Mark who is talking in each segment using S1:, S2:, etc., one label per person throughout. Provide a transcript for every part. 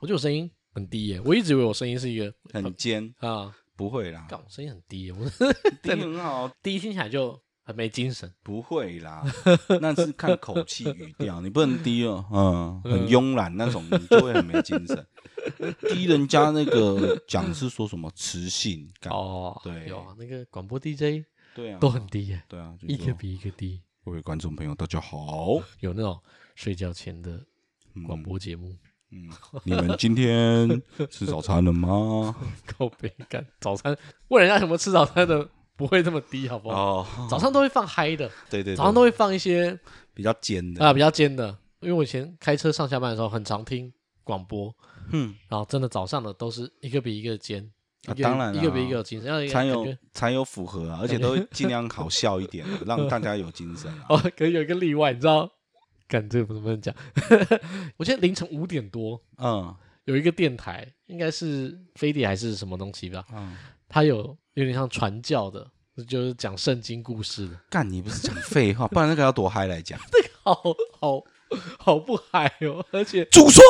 S1: 我觉得我声音很低耶，我一直以为我声音是一个
S2: 很尖，
S1: 啊，
S2: 不会啦，
S1: 干我声音很低耶，我
S2: 低 很好，
S1: 第一听起来就很没精神。
S2: 不会啦，那是看口气语调，你不能低哦，嗯，很慵懒那种，你就会很没精神。低人家那个讲是说什么磁性感，
S1: 哦，
S2: 嗯对
S1: 有啊，那个广播 DJ
S2: 对啊，
S1: 都很低耶，
S2: 对啊，就
S1: 一
S2: 是
S1: 个
S2: 说
S1: 比一个低。
S2: 各位观众朋友大 家好，
S1: 有那种睡觉前的广播节目，
S2: 嗯，你们今天吃早餐 了吗？
S1: 靠北干早餐，问人家什么吃早餐的，不会这么低，好不好？
S2: 哦，
S1: 早上都会放嗨的，
S2: 对对，对
S1: 早上都会放一些
S2: 比较尖的，
S1: 啊比较尖的，因为我以前开车上下班的时候很常听广播，
S2: 嗯，
S1: 然后真的早上的都是一个比一个尖，
S2: 啊
S1: 一个
S2: 当然啦
S1: 一个比一个有精神，要
S2: 才
S1: 感
S2: 有
S1: 觉
S2: 才有符合啊，而且都会尽量好笑一点，啊让大家有精神啊。
S1: 哦，可能有一个例外，你知道？干这个不能讲， 我记得凌晨五点多
S2: 嗯
S1: 有一个电台，应该是飞碟还是什么东西吧，
S2: 嗯，
S1: 它有有点像传教的，就是讲圣经故事的，
S2: 干你不是讲废话，不然那个要多嗨来讲。
S1: 好好好不嗨哦，而且
S2: 主说，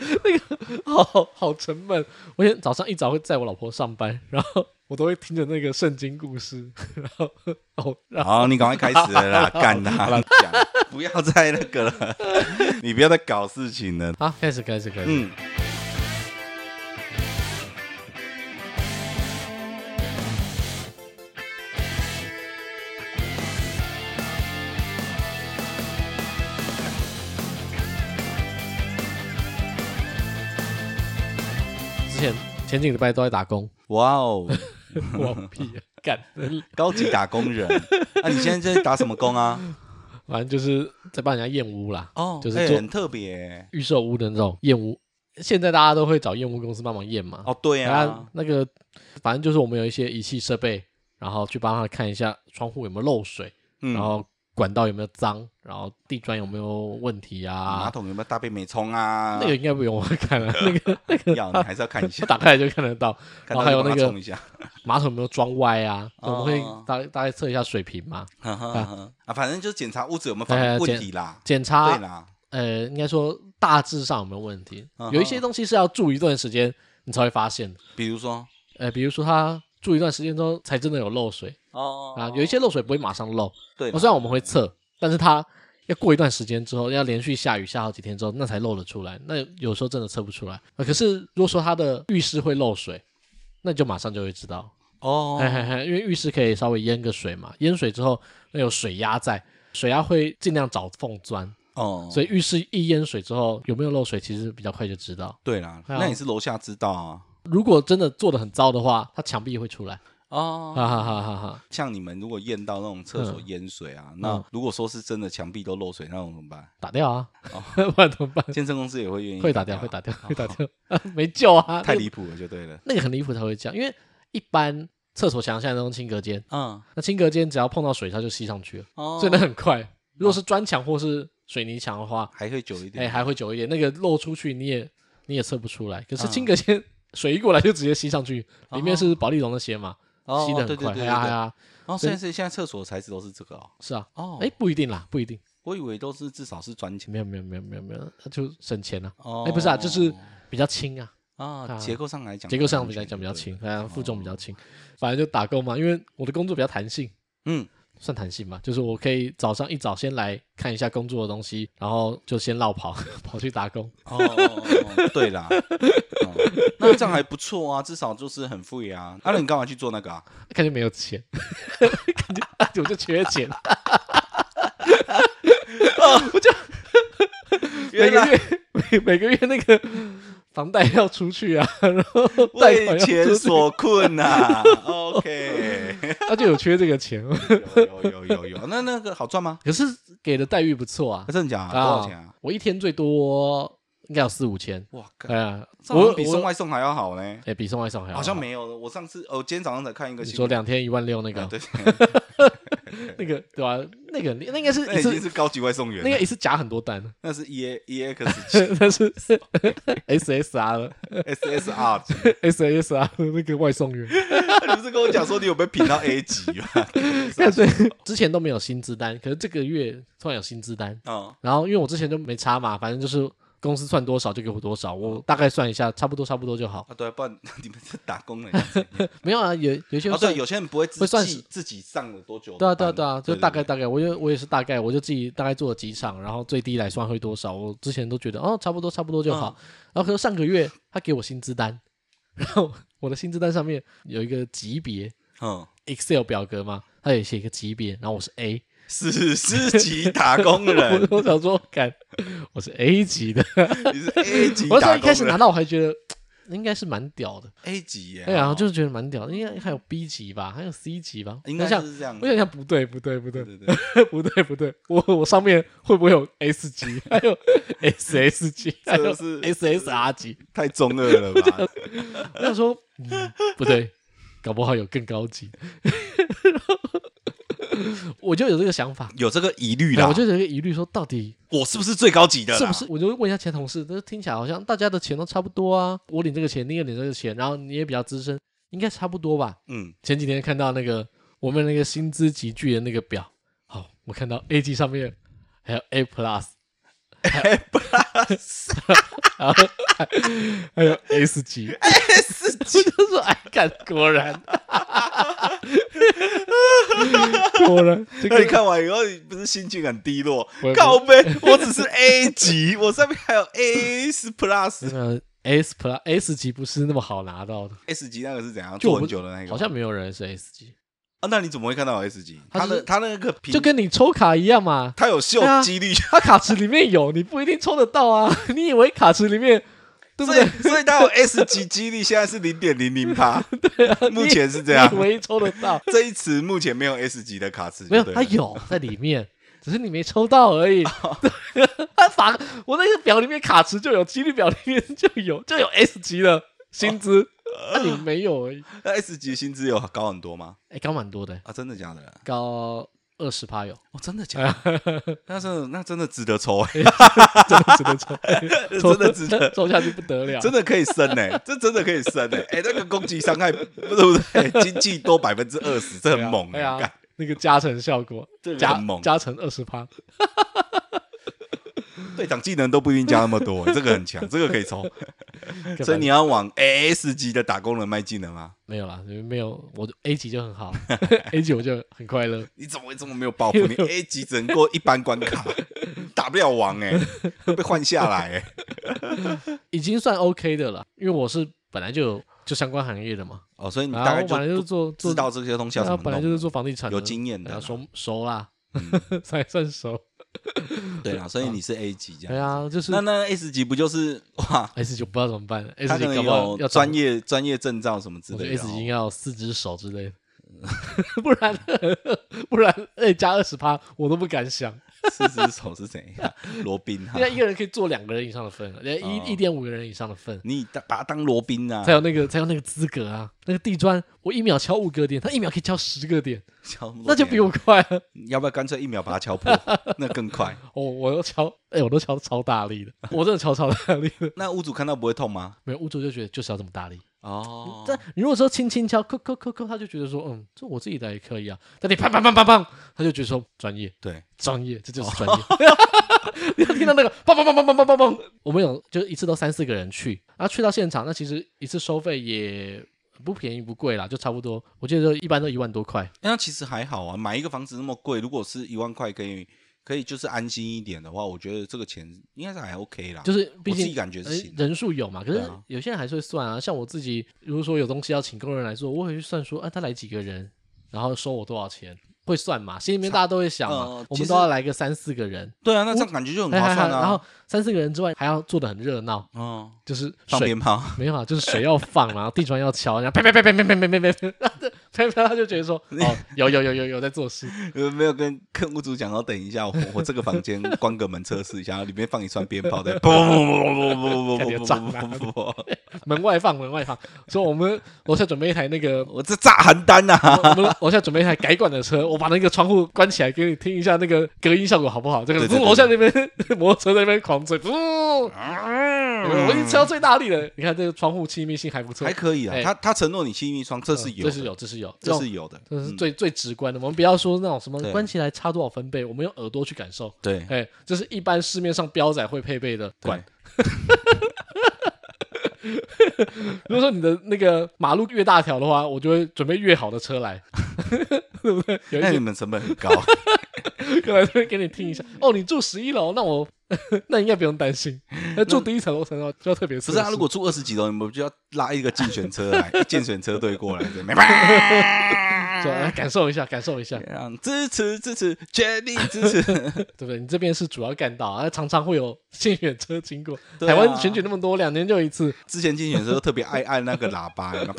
S1: 好好沉闷。我今天早上一早会载我老婆上班，然后我都会听着那个圣经故事，然后哦，然后
S2: 好，你赶快开始 了啦，干他讲，不要再那个了，你不要再搞事情了。
S1: 啊，开始开始开始，
S2: 嗯，
S1: 之前前几个礼拜都在打 工，
S2: 哇哦，
S1: 我屁啊干，
S2: 高级打工 人，啊，你现在在打什么工啊？
S1: 反正就是在帮人家验屋啦，
S2: 哦，
S1: 就是
S2: 哎
S1: 做
S2: 很特别
S1: 预售屋的那种验屋。现在大家都会找验屋公司帮忙验嘛，
S2: 哦，对
S1: 啊
S2: 啊，，
S1: 那个反正就是我们有一些仪器设备，然后去帮他看一下窗户有没有漏水，
S2: 嗯
S1: 然后管道有没有脏，然后地砖有没有问题
S2: 马
S1: 啊。
S2: 桶有没有大便没冲啊？
S1: 那个应该不用我看了， 那个
S2: 要你还是要看一下
S1: 我，打开来就看得到然
S2: 看
S1: 后还有
S2: 到就帮
S1: 那
S2: 他
S1: 个
S2: 冲 一下。
S1: 马桶有没有装歪啊。我们
S2: 哦
S1: 会大大概测一下水平嘛，
S2: 呵呵呵啊，反正就是检查屋子有没有
S1: 哎
S2: 发
S1: 呀
S2: 问
S1: 检
S2: 题啦，
S1: 检
S2: 对
S1: 查
S2: 啦，
S1: 呃，应该说大致上有没有问题
S2: 嗯。哼
S1: 有一些东西是要住一段时间你才会发现的，
S2: 比如说
S1: 呃，比如说他住一段时间之后才真的有漏水
S2: 哦
S1: 啊，有一些漏水不会马上漏，
S2: 对啦
S1: 我虽然我们会测，但是它要过一段时间之后，要连续下雨下好几天之后，那才漏得出来。那有时候真的测不出来。呃、可是如果说它的浴室会漏水，那你就马上就会知道，
S2: 哦
S1: 嘿嘿嘿因为浴室可以稍微淹个水嘛，淹水之后那有水压在，水压会尽量找缝钻，
S2: 哦，
S1: 所
S2: 以
S1: 以浴室一淹水之后有没有漏水，其实比较快就知道。
S2: 对啦，
S1: 对啊
S2: 那也是楼下知道啊。
S1: 如果真的做的很糟的话，它墙壁会出来，
S2: 哦，
S1: 哈哈哈哈哈。
S2: 像你们如果验到那种厕所
S1: 嗯
S2: 淹水啊，那
S1: 嗯
S2: 如果说是真的墙壁都漏水，那种怎么办？
S1: 打掉啊，
S2: 哦
S1: 不然怎么办？
S2: 健身公司也会愿意啊
S1: 会打掉，会打掉，会打掉， 没救啊！
S2: 哦太
S1: 那个
S2: 离谱了，就对了。
S1: 那个很离谱才会这样，因为一般厕所墙现在都用清隔间，
S2: 嗯，
S1: 那清隔间只要碰到水它就吸上去了，
S2: 哦
S1: 所以那很快。如果是砖墙或是水泥墙的话，
S2: 还会久一
S1: 哎、
S2: 点。
S1: 还会久一点，那个漏出去你也你也测不出来。可是
S2: 嗯
S1: 清隔间、水一过来就直接吸上去，
S2: 哦
S1: 里面是保丽龙的鞋嘛，
S2: 哦
S1: 吸的
S2: 对
S1: 很
S2: 对
S1: 快。
S2: 对
S1: 哎
S2: 对
S1: 呀哎
S2: 对。
S1: 呀，
S2: 哦，虽然是现在厕所的材质都是这个哦。
S1: 是啊，
S2: 哦，
S1: 哎、，不一定啦，不一定，
S2: 我以为都是至少是砖墙。
S1: 没有没有没有没有没有，那就省钱了、
S2: 哦，
S1: 哎不是啊就是比较轻啊，
S2: 啊，
S1: 啊
S2: 结构上来讲，
S1: 结构上比较讲比较轻，，啊，负重比
S2: 哦
S1: 较轻，反正就打工嘛，因为我的工作比较弹性。
S2: 嗯，
S1: 算弹性吧，就是我可以早上一早先来看一下工作的东西，然后就先绕跑 跑去打工。
S2: 哦，对啦，哦那这样还不错啊，至少就是很富裕啊。阿、啊、你干嘛去做那个啊？
S1: 感觉没有钱， 感觉我 就缺钱，每个月 每每个月那个房贷要出去啊， 然后贷款
S2: 为
S1: 要
S2: 钱
S1: 出去，
S2: 所困呐、OK，
S1: 他就有缺这个钱。
S2: 有有有有有，那那个好赚吗？
S1: 可是给的待遇不错啊
S2: 啊、，真的假的？多少钱啊？
S1: 我一天最多应该有四五千，
S2: 哇，
S1: 哎
S2: 干
S1: 呀，
S2: 这好
S1: 我
S2: 像比
S1: 我
S2: 送外送还要好呢。
S1: 哎比送外送还要
S2: 好像
S1: 好
S2: 没有了。我上次，哦，今天早上才看一个
S1: 你
S2: 新
S1: 说
S2: 闻，
S1: 两天一万六那个
S2: 啊对，
S1: 那个对吧？那个那应该是
S2: 那
S1: 一
S2: 已经
S1: 次
S2: 是高级外送员
S1: 那个
S2: 了，
S1: 一次夹很多单。
S2: 那是 E A E X 级
S1: 那是 SSR 了
S2: S S R 级。
S1: ，SSR 的那个外送员。
S2: 你不是跟我讲说你有被评到 A 级吗？
S1: 对， 之前都没有薪资单，可是这个月突然有薪资单，
S2: 哦
S1: 然后因为我之前就没差嘛，反正就是公司算多少就给我多少，我大概算一下，差不多差不多就好。
S2: 啊，对，不然你们是打工人家怎样。
S1: 没有啊，有有一些
S2: 啊，
S1: 会
S2: 对，
S1: 算
S2: 有些人不会自
S1: 会算
S2: 己
S1: 是
S2: 自己上了多久的
S1: 对啊，
S2: 班。
S1: 对啊，对啊，就大概
S2: 对
S1: 大概，我就我也是大概，我就自己大概做了几场，然后最低来算会多少，我之前都觉得哦，差不多差不多就
S2: 嗯
S1: 好。然后可是上个月他给我薪资单，然后我的薪资单上面有一个级别
S2: 嗯，
S1: Excel 表格嘛，他也写一个级别，然后我是 A，
S2: 史诗级打工人，
S1: 我想说，干，我是 A 级的。
S2: 你是 A 级
S1: 我那时候
S2: 打
S1: 一开始
S2: 工
S1: 拿
S2: 人
S1: 到我还觉得应该是蛮屌的，
S2: ，A 级耶。
S1: 对啊，
S2: 哦
S1: 就是觉得蛮屌的，应该还有 B 级吧，还有 C 级吧，
S2: 应该
S1: 我想
S2: 是这样
S1: 我。想想，不对，不对，不对
S2: 对，对对，
S1: 不对不对，我我上面会不会有 S 级， 还有 SS 级，还有
S2: 这是
S1: SSR 级？
S2: 太中二了吧？
S1: 我想说，嗯，不对，搞不好有更高级。 我就有这个想法，
S2: 有这个疑虑
S1: 哎
S2: 啦，
S1: 我就有一个疑虑，说到底
S2: 我是不是最高级的啦？
S1: 是不是？我就问一下其他同事，但是听起来好像大家的钱都差不多啊，我领这个钱，你也领这个钱，然后你也比较资深，应该差不多吧？
S2: 嗯，
S1: 前几天看到那个我们那个薪资集聚的那个表，好、我看到 A 级上面还有 A plus。A plus，还有 S 级，S 级，我就说哎，干，果然， 果然，这
S2: 那你
S1: 个
S2: 看完以后，你不是心情很低落
S1: 我也？不
S2: 靠背，我只是 A 级，我上面还有 A
S1: 真
S2: plus
S1: 的呃 S plus S 级不是那么好拿到的，
S2: S 级那个是怎样
S1: 就
S2: 做
S1: 我
S2: 很
S1: 们
S2: 久的那个吗？
S1: 好像没有人是 S 级，
S2: 啊，那你怎么会看到有 S 级？
S1: 它
S2: 他
S1: 就是
S2: 的他那个屏
S1: 就跟你抽卡一样 嘛，
S2: 他有秀
S1: 对啊
S2: 几率，
S1: 它卡池里面有，你不一定抽得到啊，你以为卡池里面，对不
S2: 所以
S1: 对？
S2: 所以他有 S 级几率，现在是零点零零八，目前是这样
S1: 你。以为抽得到？
S2: 这一词目前没有 S 级的卡池，
S1: 没有，
S2: 对
S1: 它
S2: 了
S1: 有在里面， 只是你没抽到而已。它反我那个表里面卡池就有，几率表里面就有，就有 S 级的薪资，那、啊你没有而已。
S2: 那 S 级薪资有高很多吗？
S1: 哎、高蛮多的，
S2: 啊，真的假的？
S1: 高二十趴有，
S2: 哦，真的假的？ 那真的那真的值得抽欸，
S1: 真的只能 抽，抽
S2: 真的值得
S1: 抽下去不得了。
S2: 真的可以升呢，这真的可以升呢。哎，那个攻击伤害对不对？经济多百分之二十，这
S1: 对
S2: 很
S1: 啊
S2: 猛
S1: 对
S2: 欸
S1: 啊
S2: 干，
S1: 那个加成效果
S2: 这，个
S1: 加
S2: 很猛
S1: 加成二十趴，
S2: 队长技能都不一定加那么多，欸这个很强，这个可以抽。所以你要往 S 级的打工人迈进了吗？
S1: 没有啦，没有，我就 A 级就很好，A 级我就很快乐。
S2: 你怎么会这么没有抱负？ 你 A 级只能过一般关卡，打不了王哎、会被换下来哎、
S1: 已经算 OK 的了，因为我是本来就有就相关行业的嘛，
S2: 哦，所以你
S1: 然
S2: 大
S1: 后
S2: 概
S1: 啊我本来就
S2: 就是
S1: 做做
S2: 知道这些东西要
S1: 然后
S2: 怎么
S1: 本来
S2: 弄。
S1: 就是做房地产的，
S2: 有经验的嗯
S1: 对啊
S2: 啦
S1: 熟熟啦， 才算熟。
S2: 对啊，所以你是 A 级这
S1: 对
S2: 样。
S1: 啊，就是
S2: 那那 S 级不就是哇？
S1: S 级不知道怎么办
S2: 他
S1: ，S 级搞
S2: 可能
S1: 不好
S2: 有
S1: 要
S2: 专，业专业证照什么之
S1: 我觉
S2: 类
S1: 得
S2: 的
S1: S 级应
S2: 哦。
S1: 该要四只手之类的， 不然 不然哎加二十趴我都不敢 想，
S2: 四只手是谁？啊罗宾哈
S1: 人家，一个人可以做两个人以上的份，人家
S2: 哦啊
S1: 一一点五个人以上的份。
S2: 你当把他当罗宾啊
S1: 才？有那个，才有那个资格啊！那个地砖，我一秒敲五个点，他一秒可以敲十个点，
S2: 敲罗宾
S1: 那就比我快了。
S2: 要不要干脆一秒把他 敲破？那更快。
S1: 我我都敲，哎、我都敲超大力的，我真的敲超大力的。
S2: 那屋主看到不会痛吗？
S1: 没有屋主就觉得就是要这么大力。
S2: 哦，
S1: 但你如果说轻轻敲，扣扣扣扣，他就觉得说，嗯，这我自己来也可以啊。但你砰砰砰砰砰，他就觉得说专业，
S2: 对，
S1: 专业，这就是专业。
S2: 哦
S1: 你要听到那个砰砰砰砰砰砰砰砰，我们有就是一次都三四个人去，然后去到现场，那其实一次收费也不便宜不贵啦，就差不多，我记得就一般都一万多块。
S2: 那其实还好啊，买一个房子那么贵，如果是一万块可以可以就是安心一点的话，我觉得这个钱应该是还 OK 啦。
S1: 就是是毕
S2: 我自
S1: 竟
S2: 己感觉是
S1: 呃
S2: 行的
S1: 人数有嘛，可
S2: 对
S1: 是
S2: 啊
S1: 有些人还是会算啊。像我自己，如果说有东西要请工人来做，我会去算说，啊，他来几个人，然后收我多少钱，会算嘛。心里面大家都会想
S2: 嗯
S1: 嘛
S2: 嗯，
S1: 我
S2: 其
S1: 们
S2: 实
S1: 都要来个三四个人，
S2: 对啊，那这样感觉就很划算啊。
S1: 哎然后三四个人之外还要做的很热闹，
S2: 嗯，
S1: 就是
S2: 放
S1: 水
S2: 鞭炮，
S1: 没有啊，就是水要放，然后地砖要敲，然后啪啪啪啪啪啪啪啪啪啪，啪啪他就觉得说，哦，有有有有有在做事，
S2: 呃没有跟跟屋主讲，要等一下，我我这个房间关个门测试一下，里面放一串鞭炮，再砰砰砰砰
S1: 感觉
S2: 砰砰砰
S1: 炸
S2: 砰砰砰砰砰，
S1: 门外放门外放，所以我们楼下准备一台那个
S2: 我这炸邯郸啊！
S1: 我们楼下准备一台改管的车，我把那个窗户关起来，给你听一下那个隔音效果好不好？这个
S2: 对对对嗯
S1: 楼下那边 摩托车在那边狂吹，呜，我已经吹到最大力了。你看这个窗户气密性还不错
S2: 还，可以啊，
S1: 哎嗯
S2: 他他承诺你亲密窗，这是
S1: 这
S2: 有的，
S1: 是有，这是有，
S2: 这
S1: 种
S2: 是有的，
S1: 这是
S2: 嗯
S1: 最最直观的。我们不要说那种什么
S2: 对
S1: 关起来差多少分贝，我们用耳朵去感受。哎
S2: 对
S1: 哎，这是一般市面上标仔会配备的管，如果说你的那个马路越大条的话，我就会准备越好的车来， 对不对？有一
S2: 那你
S1: 些
S2: 们成本 很高，
S1: 可能会给你听一
S2: 嗯
S1: 下。哦，你住十一楼，那我 那应该不用担心。那住第一层楼层的话就要特别
S2: 不
S1: 不
S2: 是啊？如果住二十几楼，你们不就要拉一个竞选车来，一竞选车队过来， 对没
S1: 说
S2: 啊
S1: 哎感受一下，感受一下，
S2: 让支持支持，全力支持。
S1: 对不对？你这边是主要干道啊，常常会有竞选车经过。
S2: 对
S1: 台湾
S2: 啊
S1: 选举那么多，两年就一次，
S2: 之前竞选车都特别爱按那个喇叭，有没有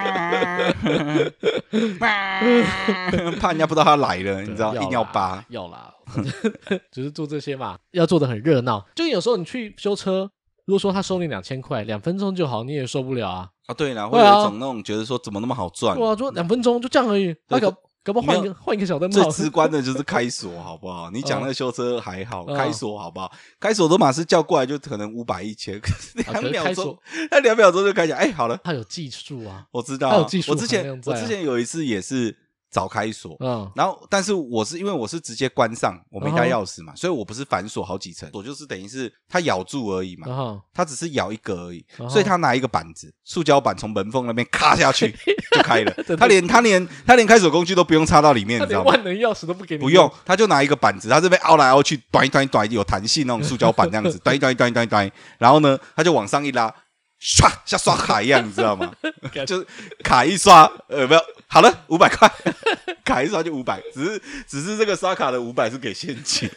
S2: 怕人家不知道他来了，你知道，
S1: 啦
S2: 硬要扒。
S1: 要啦， 只是做这些嘛，要做的很热闹。就有时候你去修车，如果说他收你两千块，两分钟就好，你也受不了啊。
S2: 啊，对啦，会
S1: 对
S2: 有
S1: 啊
S2: 一种那种觉得说怎么那么好赚？
S1: 对啊，说两分钟就这样而已，那
S2: 嗯对
S1: 搞搞不好换一
S2: 没
S1: 个换一个小灯
S2: 最
S1: 泡，
S2: 直观的就是开锁，好不好？你讲那个修车还好，
S1: 嗯
S2: 开锁好不好？开锁都马是叫过来就可能五百 一千，可是
S1: 啊可
S2: 两
S1: 是
S2: 秒
S1: 开
S2: 钟
S1: 锁，
S2: 那两秒钟就开讲，哎，好了，
S1: 它有技术啊，
S2: 我知道
S1: 它
S2: 啊
S1: 有技。术
S2: 我之前
S1: 含量在
S2: 我
S1: 啊
S2: 之前有一次也是早开锁，
S1: 嗯，
S2: 然后，但是我是因为我是直接关上，我没带
S1: 嗯
S2: 钥匙嘛，所以我不是反锁好几层，锁就是等于是它咬住而已嘛，
S1: 然后
S2: 它只是咬一格而已，
S1: 嗯
S2: 所以他拿一个板子，塑胶板从门缝那边咔下 去就开了
S1: 对，
S2: 他连他连他连开锁工具都不用插到里面，
S1: 他
S2: 你知道
S1: 连
S2: 吗？
S1: 万能钥匙都不给你，
S2: 不用，他就拿一个板子，他这边凹来凹去，短一短一短，有弹性那种塑胶板这样子，短一短一短一短一短，然后呢，他就往上一拉，唰，像刷卡一样，你知道吗
S1: 干？
S2: 就是卡一刷，呃，没有，好了，五百块，卡一刷就五百，只是只是这个刷卡的五百是给现金，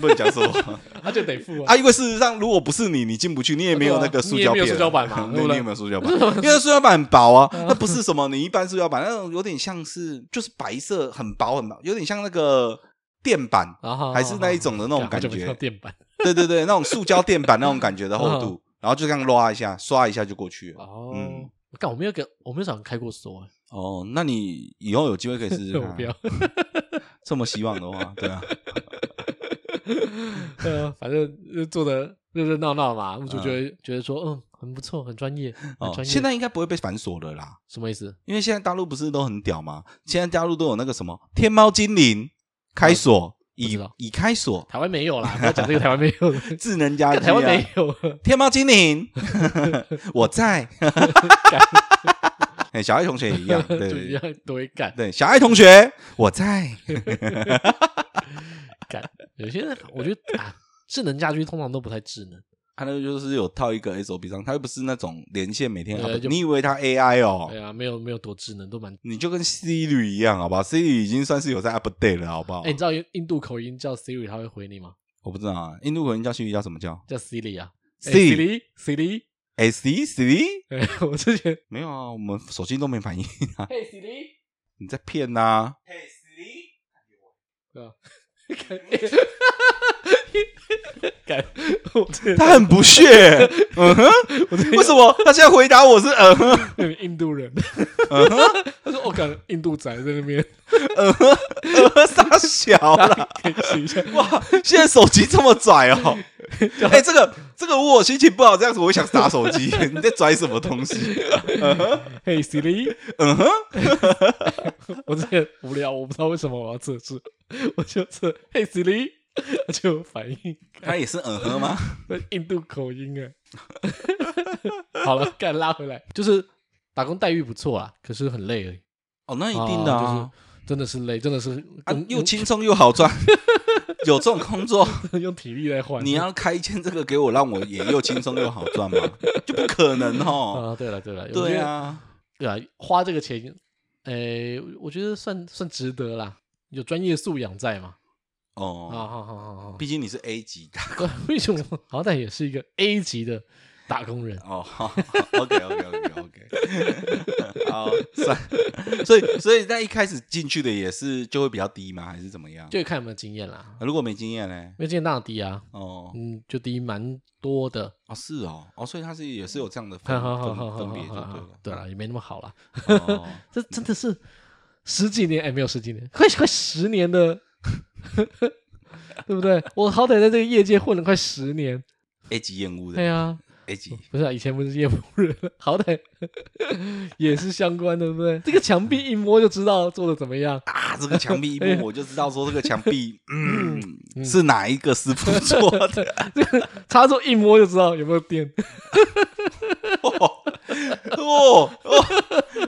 S2: 不能讲什么
S1: 他就得付啊。
S2: 啊，因为事实上如果不是你，你进不去，你也没有那个塑胶
S1: 哦你也没有
S2: 片啊，
S1: 塑胶板嘛
S2: 对
S1: 对不对 嗯
S2: 你也没有塑胶板， 因为塑胶板很薄啊，那不是什么你一般塑胶板，那种有点像是就是白色，很薄很薄，有点像那个电板，
S1: 然后
S2: 啊还是那一种
S1: 啊
S2: 的那种感觉，
S1: 电板
S2: 对对对，那种塑胶电板那种感觉的厚
S1: 嗯
S2: 度，然后就这样拉一下，刷一下就过去了。
S1: 哦
S2: 嗯。
S1: 干，我没有给，我没有找人开过锁，哎
S2: 哦，那你以后有机会可以试试
S1: 我
S2: 看
S1: 不要
S2: 啊。。这么希望的话，对啊，
S1: 呃，反正就做的热热闹闹嘛，屋主就会觉得说，嗯，很不错，很专业，很
S2: 哦，
S1: 专业。
S2: 现在应该不会被反锁了啦。
S1: 什么意思？
S2: 因为现在大陆不是都很屌吗？现在大陆都有那个什么天猫精灵开锁，
S1: 知
S2: 已
S1: 道
S2: 已开锁，
S1: 台湾没有啦，不要讲这个台湾没有的，
S2: 智能家居、
S1: 干
S2: 啊，
S1: 台湾没有。
S2: 天猫精灵， 我 在。哎，小爱同学也一 样，对
S1: 就一
S2: 对
S1: 样都会干
S2: 对，小爱同学，我在。
S1: 干。有些人我觉得啊，智能家居通常都不太智能，
S2: 他那个就是有套一个 SOP 上，他又不是那种连线每天
S1: 对
S2: up，
S1: 就
S2: 你以为他 AI
S1: 哎
S2: 哦？
S1: 呀，没有没有多智能，都蛮……
S2: 你就跟 Siri 一样，好不好？Siri 已经算是有在 update 了，好不好
S1: 哎、？你知道印印度口音叫 Siri，他会回你吗？
S2: 我不知道啊，印度口音叫 Siri 叫什么叫
S1: 叫 Siri 啊
S2: 哎 Siri？
S1: Siri，Siri。
S2: 哎，Siri Siri
S1: 哎， 我之前
S2: 没有啊，我们手机都没反应。
S1: 嘿 Siri，
S2: 你在骗呐、
S1: 干， 我之前
S2: 他很不 屑，嗯哼，
S1: 我之前
S2: 为什么他现在回答我是嗯哼，
S1: 那个印度人，
S2: 嗯哼，
S1: 他说我感觉印度仔在那 边，
S2: 嗯哼，傻小啦，
S1: 可以试一下。
S2: 哇，现在手机这么拽 哦，哎、这个这个，如果我心情不好这样子，我会想打手机， 你在拽什么东西？
S1: 嘿 Siri，
S2: 嗯哼，
S1: 我之前无聊，我不知道为什么我要测试，我就测嘿 Siri，他就有反应。
S2: 他也是嗯哼吗？
S1: 那印度口音哎。 好了，干拉回来，就是打工待遇不错啊，可是很累而已。
S2: 哦，那一
S1: 啊
S2: 定的啊，
S1: 就是真的是累，真的是
S2: 啊
S1: 用
S2: 又轻松又好赚，有这种工作，
S1: 用 用体力来换。
S2: 你要开一间这个给我，让我也又轻松又好赚吗？就不可能哦，
S1: 啊，对了对了，我
S2: 对
S1: 觉得，
S2: 啊。
S1: 对啊，花这个钱，诶，我觉得算算值得啦，有专业素养在嘛。
S2: 哦
S1: 啊，好好好好
S2: 毕竟你是 A 级的
S1: 好，为什么好歹也是一个 A 级的打工人？
S2: 哦。OK OK OK OK，好，算。所以所以那一开始进去的也是就会比较低吗？还是怎么样？
S1: 就看有没有经验啦，
S2: 啊如果没经验呢？
S1: 没有经验当然低啊，
S2: 哦
S1: 嗯，就低蛮多的。
S2: 哦是哦哦，所以它是也是有这样的分
S1: 好好好
S2: 分
S1: 好好
S2: 分别
S1: 好好，
S2: 就嗯
S1: 对了，也没那么好啦。
S2: 对了。哦
S1: 这真的是十几年，哎，没有十几年，快快十年的， 对不对？我好歹在这个业界混了快十年，
S2: ，A 级厌恶
S1: 对
S2: 的
S1: 啊，
S2: 一集，
S1: 不是啊，以前不是夜幕人，好歹 也是相关的，对不对？这个墙壁一摸就知道做的怎么样。
S2: 啊，这个墙壁一摸我就知道说这个墙 壁，嗯，是哪一个师傅做的？
S1: 插座一摸就知道有没有电，
S2: 哦哦哦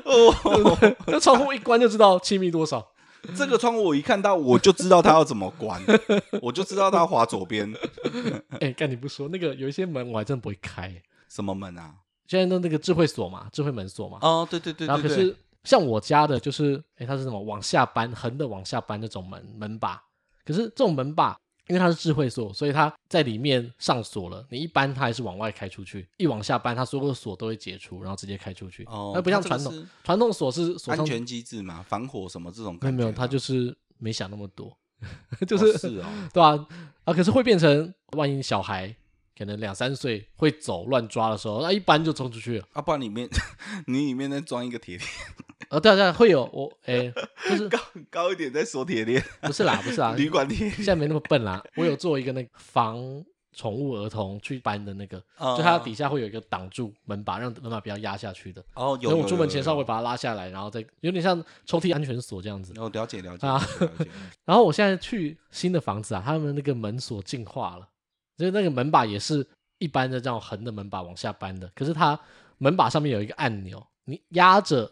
S2: 哦！
S1: 那窗户一关就知道气密多少。
S2: 这个窗户我一看到我就知道他要怎么关，我就知道他滑左边
S1: 哎、干你不说，那个有一些门我还真不会开、
S2: 什么门啊？
S1: 现在都那个智慧锁嘛，智慧门锁嘛。
S2: 哦，对对对
S1: 然后
S2: 对
S1: 可
S2: 对，
S1: 是像我家的，就是哎、诶它是什么往下搬，横的往下搬那种门门把。可是这种门把，因为它是智慧锁，所以它在里面上锁了。你一搬，它还是往外开出去；一往下搬，它所有的锁都会解除，然后直接开出去。
S2: 哦
S1: 那不像
S2: 它这个
S1: 传统
S2: 是，
S1: 传统锁是锁
S2: 安
S1: 上，
S2: 全机制嘛，防火什么这种
S1: 没有
S2: 感觉吗，啊
S1: 没有，它就是没想那么多， 就
S2: 哦
S1: 是、
S2: 是哦，
S1: 对啊，啊，可是会变成，万一小孩可能两三岁会走乱抓的时候，那一搬就冲出去了。
S2: 啊，不然里面你里面再装一个铁链，
S1: 啊，对啊，对啊，会有我，哎、 就是
S2: 高高一点再锁铁链，
S1: 不是啦，不是啦，
S2: 旅馆铁链
S1: 现在没那么笨啦。我有做一个那个防宠物儿童去搬的那个，
S2: 哦
S1: 就它底下会有一个挡住门把，让门把不要压下去的。
S2: 哦，有
S1: 所以我出门前稍
S2: 微，
S1: 微把它拉下来，然后再有点像抽屉安全锁这样子。
S2: 哦，了解了解
S1: 啊
S2: 了解了解，
S1: 然后我现在去新的房子啊，他们那个门锁进化了，就是那个门把也是一般的这种横的门把往下搬的，可是它门把上面有一个按钮，你压着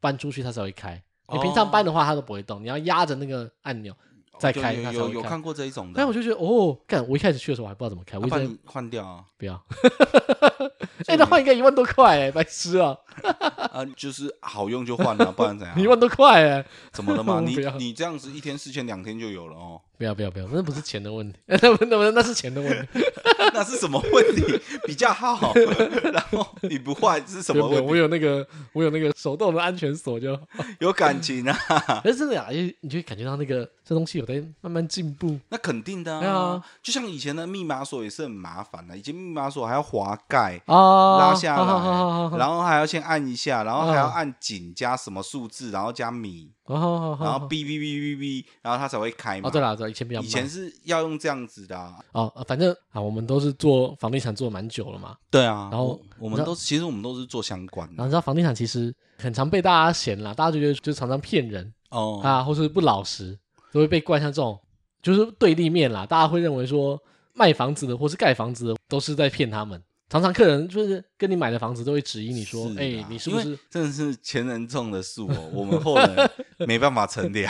S1: 搬出去它才会开。你平常搬的话它都不会动，你要压着那个按钮 再
S2: 哦有
S1: 开
S2: 有
S1: 它才
S2: 有
S1: 会
S2: 有
S1: 开。
S2: 看过这一种的，
S1: 但我就觉得哦，干！我一开始去的时候我还不知道怎么开，我
S2: 啊
S1: 一
S2: 不然
S1: 直
S2: 你换掉啊，
S1: 不要。 哎、那换一个一万多块哎、白痴啊，
S2: 啊，就是好用就换了，不然 怎样？
S1: 一万多块哎、
S2: 怎么了嘛？
S1: 我
S2: 你
S1: 不要
S2: 你这样子一天四千，两天就有了哦，
S1: 不要不要不要，那不是钱的问题， 那不那不那是钱的问 题，
S2: 那是什么问题比较好？然后你不换是什
S1: 不
S2: 么
S1: 用不用
S2: 问
S1: 我
S2: 题？
S1: 有那个我有那个手动的安全锁 就好。
S2: 有感情啊，
S1: 可是真的啊，因为你就会感觉到那个这东西有在慢慢进步。
S2: 那肯定的
S1: 对啊
S2: 啊。就像以前的密码锁也是很麻烦的，以前密码锁还要滑盖。
S1: 啊，
S2: 拉下来，
S1: 好好好好好
S2: 然后还要先按一下，然后还要
S1: 啊
S2: 按紧加什么数字，然后加米，
S1: 好好好好，
S2: 然后哔哔哔哔哔，然后它才会开
S1: 嗯
S2: 嘛。
S1: 哦，对啦，对啦，以前比较
S2: 以前
S1: 慢
S2: 是要用这样子的啊、
S1: 哦，呃反正啊，我们都是做房地产做蛮久了嘛，
S2: 对啊。
S1: 然后
S2: 我
S1: 你
S2: 我
S1: 知
S2: 们
S1: 道
S2: 都其实我们都是做相关
S1: 然
S2: 的
S1: 后你知道房地产其实很常被大家嫌啦，大家就觉得就是常常骗人
S2: 哦。
S1: 啊，或是不老实，都会被冠上这种就是对立面啦，大家会认为说卖房子的或是盖房子的都是在骗他们。常常客人就是跟你买的房子都会质疑你说，
S2: 是
S1: 哎、
S2: 啦
S1: 你是不
S2: 因
S1: 是
S2: 为真的是前人种的树哦，我们后 人没办法乘凉，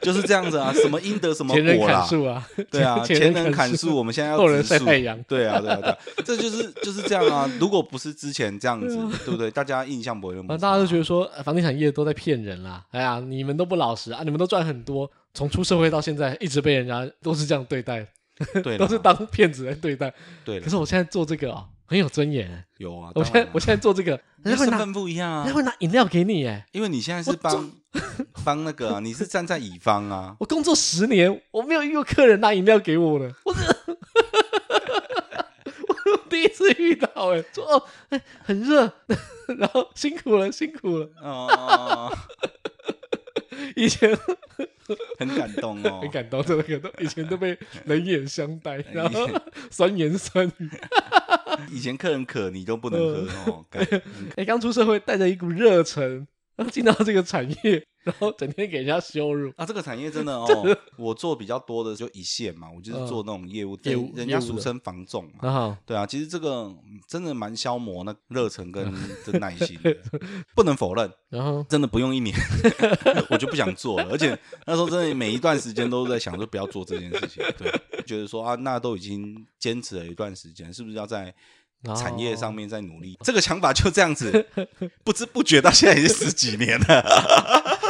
S2: 就是这样子啊，什么因得什么
S1: 前人
S2: 果
S1: 砍
S2: 啦，
S1: 树啊？
S2: 对啊，前
S1: 前
S2: 人砍树，我们现在要
S1: 后人
S2: 植
S1: 晒
S2: 树
S1: 太阳
S2: 对啊，对啊，对啊，这就是就是这样啊。如果不是之前这样子，对不对？大家印象不会那么
S1: 反
S2: 差，
S1: 啊正大家都觉得说，呃房地产业都在骗人啦！哎呀，你们都不老实啊，你们都赚很多，从出社会到现在一直被人家都是这样对待，
S2: 得对
S1: 都
S2: 啦，
S1: 是当骗子来对待。
S2: 对
S1: 可
S2: 了，
S1: 是我现在做这个啊、很有尊严欸。
S2: 有啊，
S1: 我
S2: 当
S1: 现
S2: 然
S1: 在
S2: 啊
S1: 我现在做这个，
S2: 因
S1: 人
S2: 为
S1: 家会
S2: 身
S1: 拿
S2: 份不一样
S1: 人家
S2: 啊，
S1: 会拿饮料给你哎！
S2: 因为你现在是帮帮那个啊，你是站在乙方啊，
S1: 我工作十年，我没有遇过客人拿饮料给我的，我这。我第一次遇到哎、说哦，哎，很热， 然后辛苦了，辛苦了。
S2: 哦，
S1: 以前
S2: 很感动哦
S1: 很，感动，真的感动。以前都被冷眼相 待，然后
S2: 以前
S1: 酸言酸语。
S2: 以前客人渴你都不能
S1: 嗯
S2: 喝哦， 感
S1: 哎，刚出社会带着一股热忱，然后进到这个产业， 然后整天给人家羞辱。
S2: 啊，这个产业真 的哦，我做比较多的就一线嘛，我就是做那种业务，
S1: 嗯业务
S2: 人
S1: 业务
S2: 家俗
S1: 的嗯
S2: 称房仲嘛。
S1: 然后
S2: 对啊，其实这个嗯真的蛮消磨那热忱跟
S1: 嗯
S2: 这耐心的，不能否认，
S1: 然后
S2: 真的不用一年， 我就不想做了。而且那时候真的每一段时间都在想，说不要做这件事情，对，觉得说啊，那都已经坚持了一段时间，是不是要在产业上
S1: 哦
S2: 面再努力？这个想法就这样子，不知不觉到现在已经十几年 了，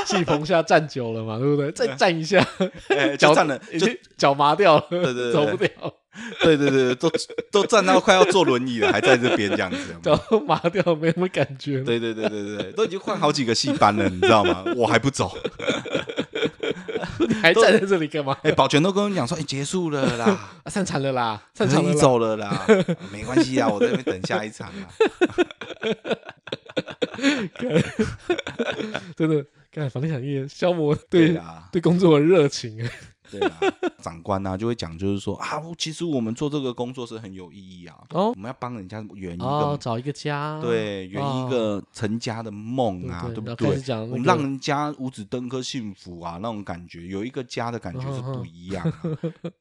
S1: 戏棚下站久了嘛，对不对？再站一下，
S2: 哎
S1: 脚
S2: 就站了，
S1: 已
S2: 就
S1: 经脚麻掉了，对
S2: 对对
S1: 走不掉，
S2: 对对对，都都站到快要坐轮椅了，还在这边这样子。有没有
S1: 脚都麻掉，没什么感觉了。
S2: 对对对对对，都已经换好几个戏班了，你知道吗？我还不走。
S1: 你还站在这里干嘛？
S2: 哎、保全都跟我讲说，哎、结束了啦，
S1: 啊散场了啦，散场了
S2: 你
S1: 啦。
S2: 走了啦，没关系啊，我在那边等下一 场啊。
S1: 真的，看房地产业消磨
S2: 对
S1: 对
S2: 啊，
S1: 对工作的热情，
S2: 对啊，长官啊就会讲，就是说啊，其实我们做这个工作是很有意义啊，
S1: 哦
S2: 我们要帮人家圆一个、
S1: 哦，找一个家，
S2: 对，圆一个成家的梦啊，
S1: 对对
S2: 不
S1: 然后
S2: 对
S1: 开始？讲那个
S2: 我们让人家五指登科幸福啊，那种感觉，有一个家的感觉
S1: 嗯
S2: 是不一样、啊。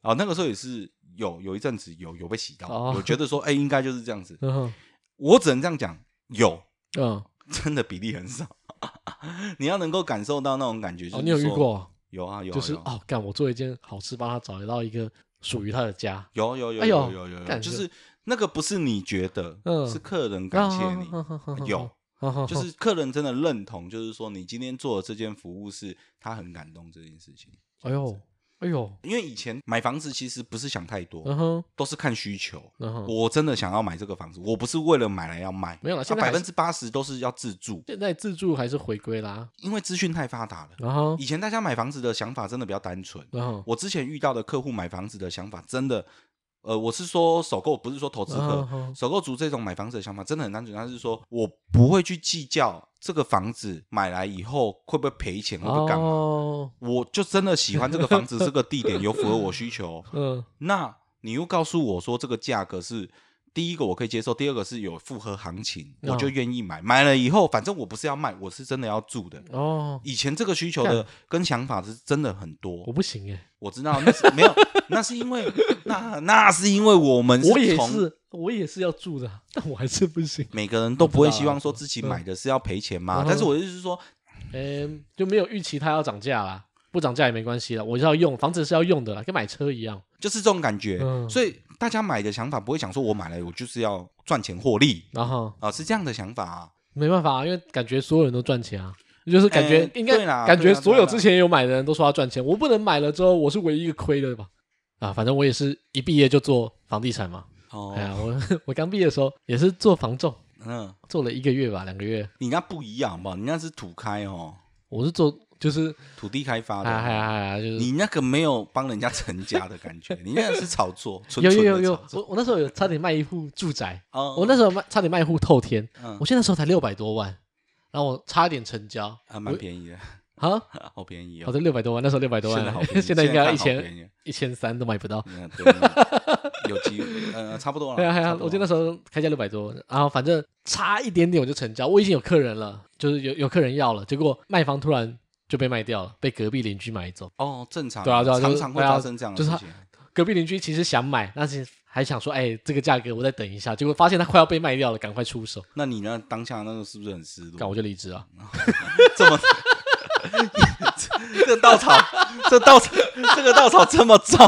S2: 哦，那个时候也是有有一阵子有有被洗到，
S1: 哦
S2: 我觉得说，哎、应该就是这样子。
S1: 嗯哼，
S2: 我只能这样讲，有
S1: 嗯，
S2: 真的比例很少。 你要能够感受到那种感觉，就
S1: 哦，
S2: 是
S1: 你有遇
S2: 说？
S1: 过，
S2: 有啊，有啊
S1: 就是
S2: 有啊
S1: 哦，干我做一件好事，帮他找到一个属于他的家，
S2: 有有有
S1: 哎
S2: 有
S1: 呦
S2: 有有有，
S1: 感
S2: 就
S1: 觉
S2: 是那个不是你觉得，
S1: 嗯
S2: 是客人感谢你，
S1: 你
S2: 有，
S1: 就
S2: 就是客人真的认同，就是说你今天做的这件服务是他很感动这件事情。
S1: 哎呦，哎呦，
S2: 因为以前买房子其实不是想太多，
S1: 嗯哼，
S2: 都是看需求。
S1: 嗯哼，
S2: 我真的想要买这个房子，我不是为了买来要卖，
S1: 没有啦
S2: 啊
S1: 现在
S2: 百
S1: 还
S2: 分
S1: 是
S2: 之八十都是要自住，
S1: 现在自助还是回归啦，啊
S2: 因为资讯太发达了。
S1: 然后，
S2: 以前大家买房子的想法真的比较单纯，
S1: 然后，
S2: 我之前遇到的客户买房子的想法真的，呃，我是说首购，不是说投资客
S1: 嗯，哼
S2: 首购族这种买房子的想法真的很单纯，他是说我不会去计较这个房子买来以后会不会赔钱，会不会干嘛，
S1: 哦，
S2: 我就真的喜欢这个房子，这个地点有符合我需求。
S1: 嗯，
S2: 那你又告诉我说这个价格是第一个我可以接受，第二个是有符合行情，
S1: 嗯
S2: 我就愿意买。买了以后，反正我不是要卖，我是真的要住的。
S1: 哦，
S2: 以前这个需求的跟想法是真的很多，
S1: 我不行哎，
S2: 我知道那是没有，那是因为那那是因为我们
S1: 我也
S2: 从
S1: 是，我也是要住的，啊但我还是不行，
S2: 每个人都不会希望说自己买的是要赔钱嘛。
S1: 啊嗯
S2: 但是我的意思是说，
S1: 嗯，就没有预期它要涨价啦，不涨价也没关系啦，我要用房子是要用的啦，跟买车一样，
S2: 就是这种感觉。
S1: 嗯
S2: 所以大家买的想法不会想说我买了我就是要赚钱获利
S1: 然后
S2: 啊，是这样的想法、啊。
S1: 没办法啊，因为感觉所有人都赚钱啊。就是感觉
S2: 哎
S1: 应该
S2: 对啦
S1: 感
S2: 对
S1: 觉
S2: 啦
S1: 所
S2: 对
S1: 有
S2: 啦
S1: 之前有买的人都说要赚钱，我不能买了之后我是唯一一个亏的吧？啊，反正我也是一毕业就做房地产嘛。
S2: 哦
S1: 哎，呀，我 我刚毕业的时候也是做房仲，
S2: 嗯，
S1: 做了一个月吧，两个月。
S2: 你那不一样吧？你那是土开哦，
S1: 我是做就是
S2: 土地开发
S1: 哎
S2: 的。
S1: 呀哎呀哎呀，就是
S2: 你那个没有帮人家成家的感 觉，你那个是炒作，纯
S1: 有
S2: 纯
S1: 有
S2: 的
S1: 有
S2: 炒
S1: 有，
S2: 作
S1: 我我那时候有差点卖一户住宅，
S2: 哦
S1: 我那时候卖差点卖一户透天，
S2: 嗯
S1: 我现在那时候才六百多万，然后我差点成交
S2: 还蛮便宜的，
S1: 啊，
S2: 好便宜
S1: 我
S2: 哦，
S1: 这六百多万，那时候六百多
S2: 现在好
S1: 万
S2: 便宜，，
S1: 现在应该要
S2: 看
S1: 一
S2: 好
S1: 千
S2: 便宜
S1: 一千三都买不到。
S2: 嗯，对， 有机会，呃，差不多了。
S1: 对啊，对
S2: 差
S1: 啊，
S2: 不多
S1: 我记得那
S2: 了
S1: 时候开价六百多，然后反正差一点点我就成交，我已经有客人了，就是有有客人要了，结果卖方突然就被卖掉了，被隔壁邻居买走。
S2: 哦，正常，
S1: 对啊对啊
S2: 常
S1: 就是
S2: 常会
S1: 对啊
S2: 发生这样的
S1: 就
S2: 事
S1: 是
S2: 情。
S1: 隔壁邻居其实想买，但是还想说，哎，这个价格我再等一下，结果发现他快要被卖掉了，赶快出手，
S2: 那你呢？当下那个是不是很失
S1: 干
S2: 落？
S1: 我就离职啊。
S2: 这么 这这稻草，这稻草，这个稻草这么重，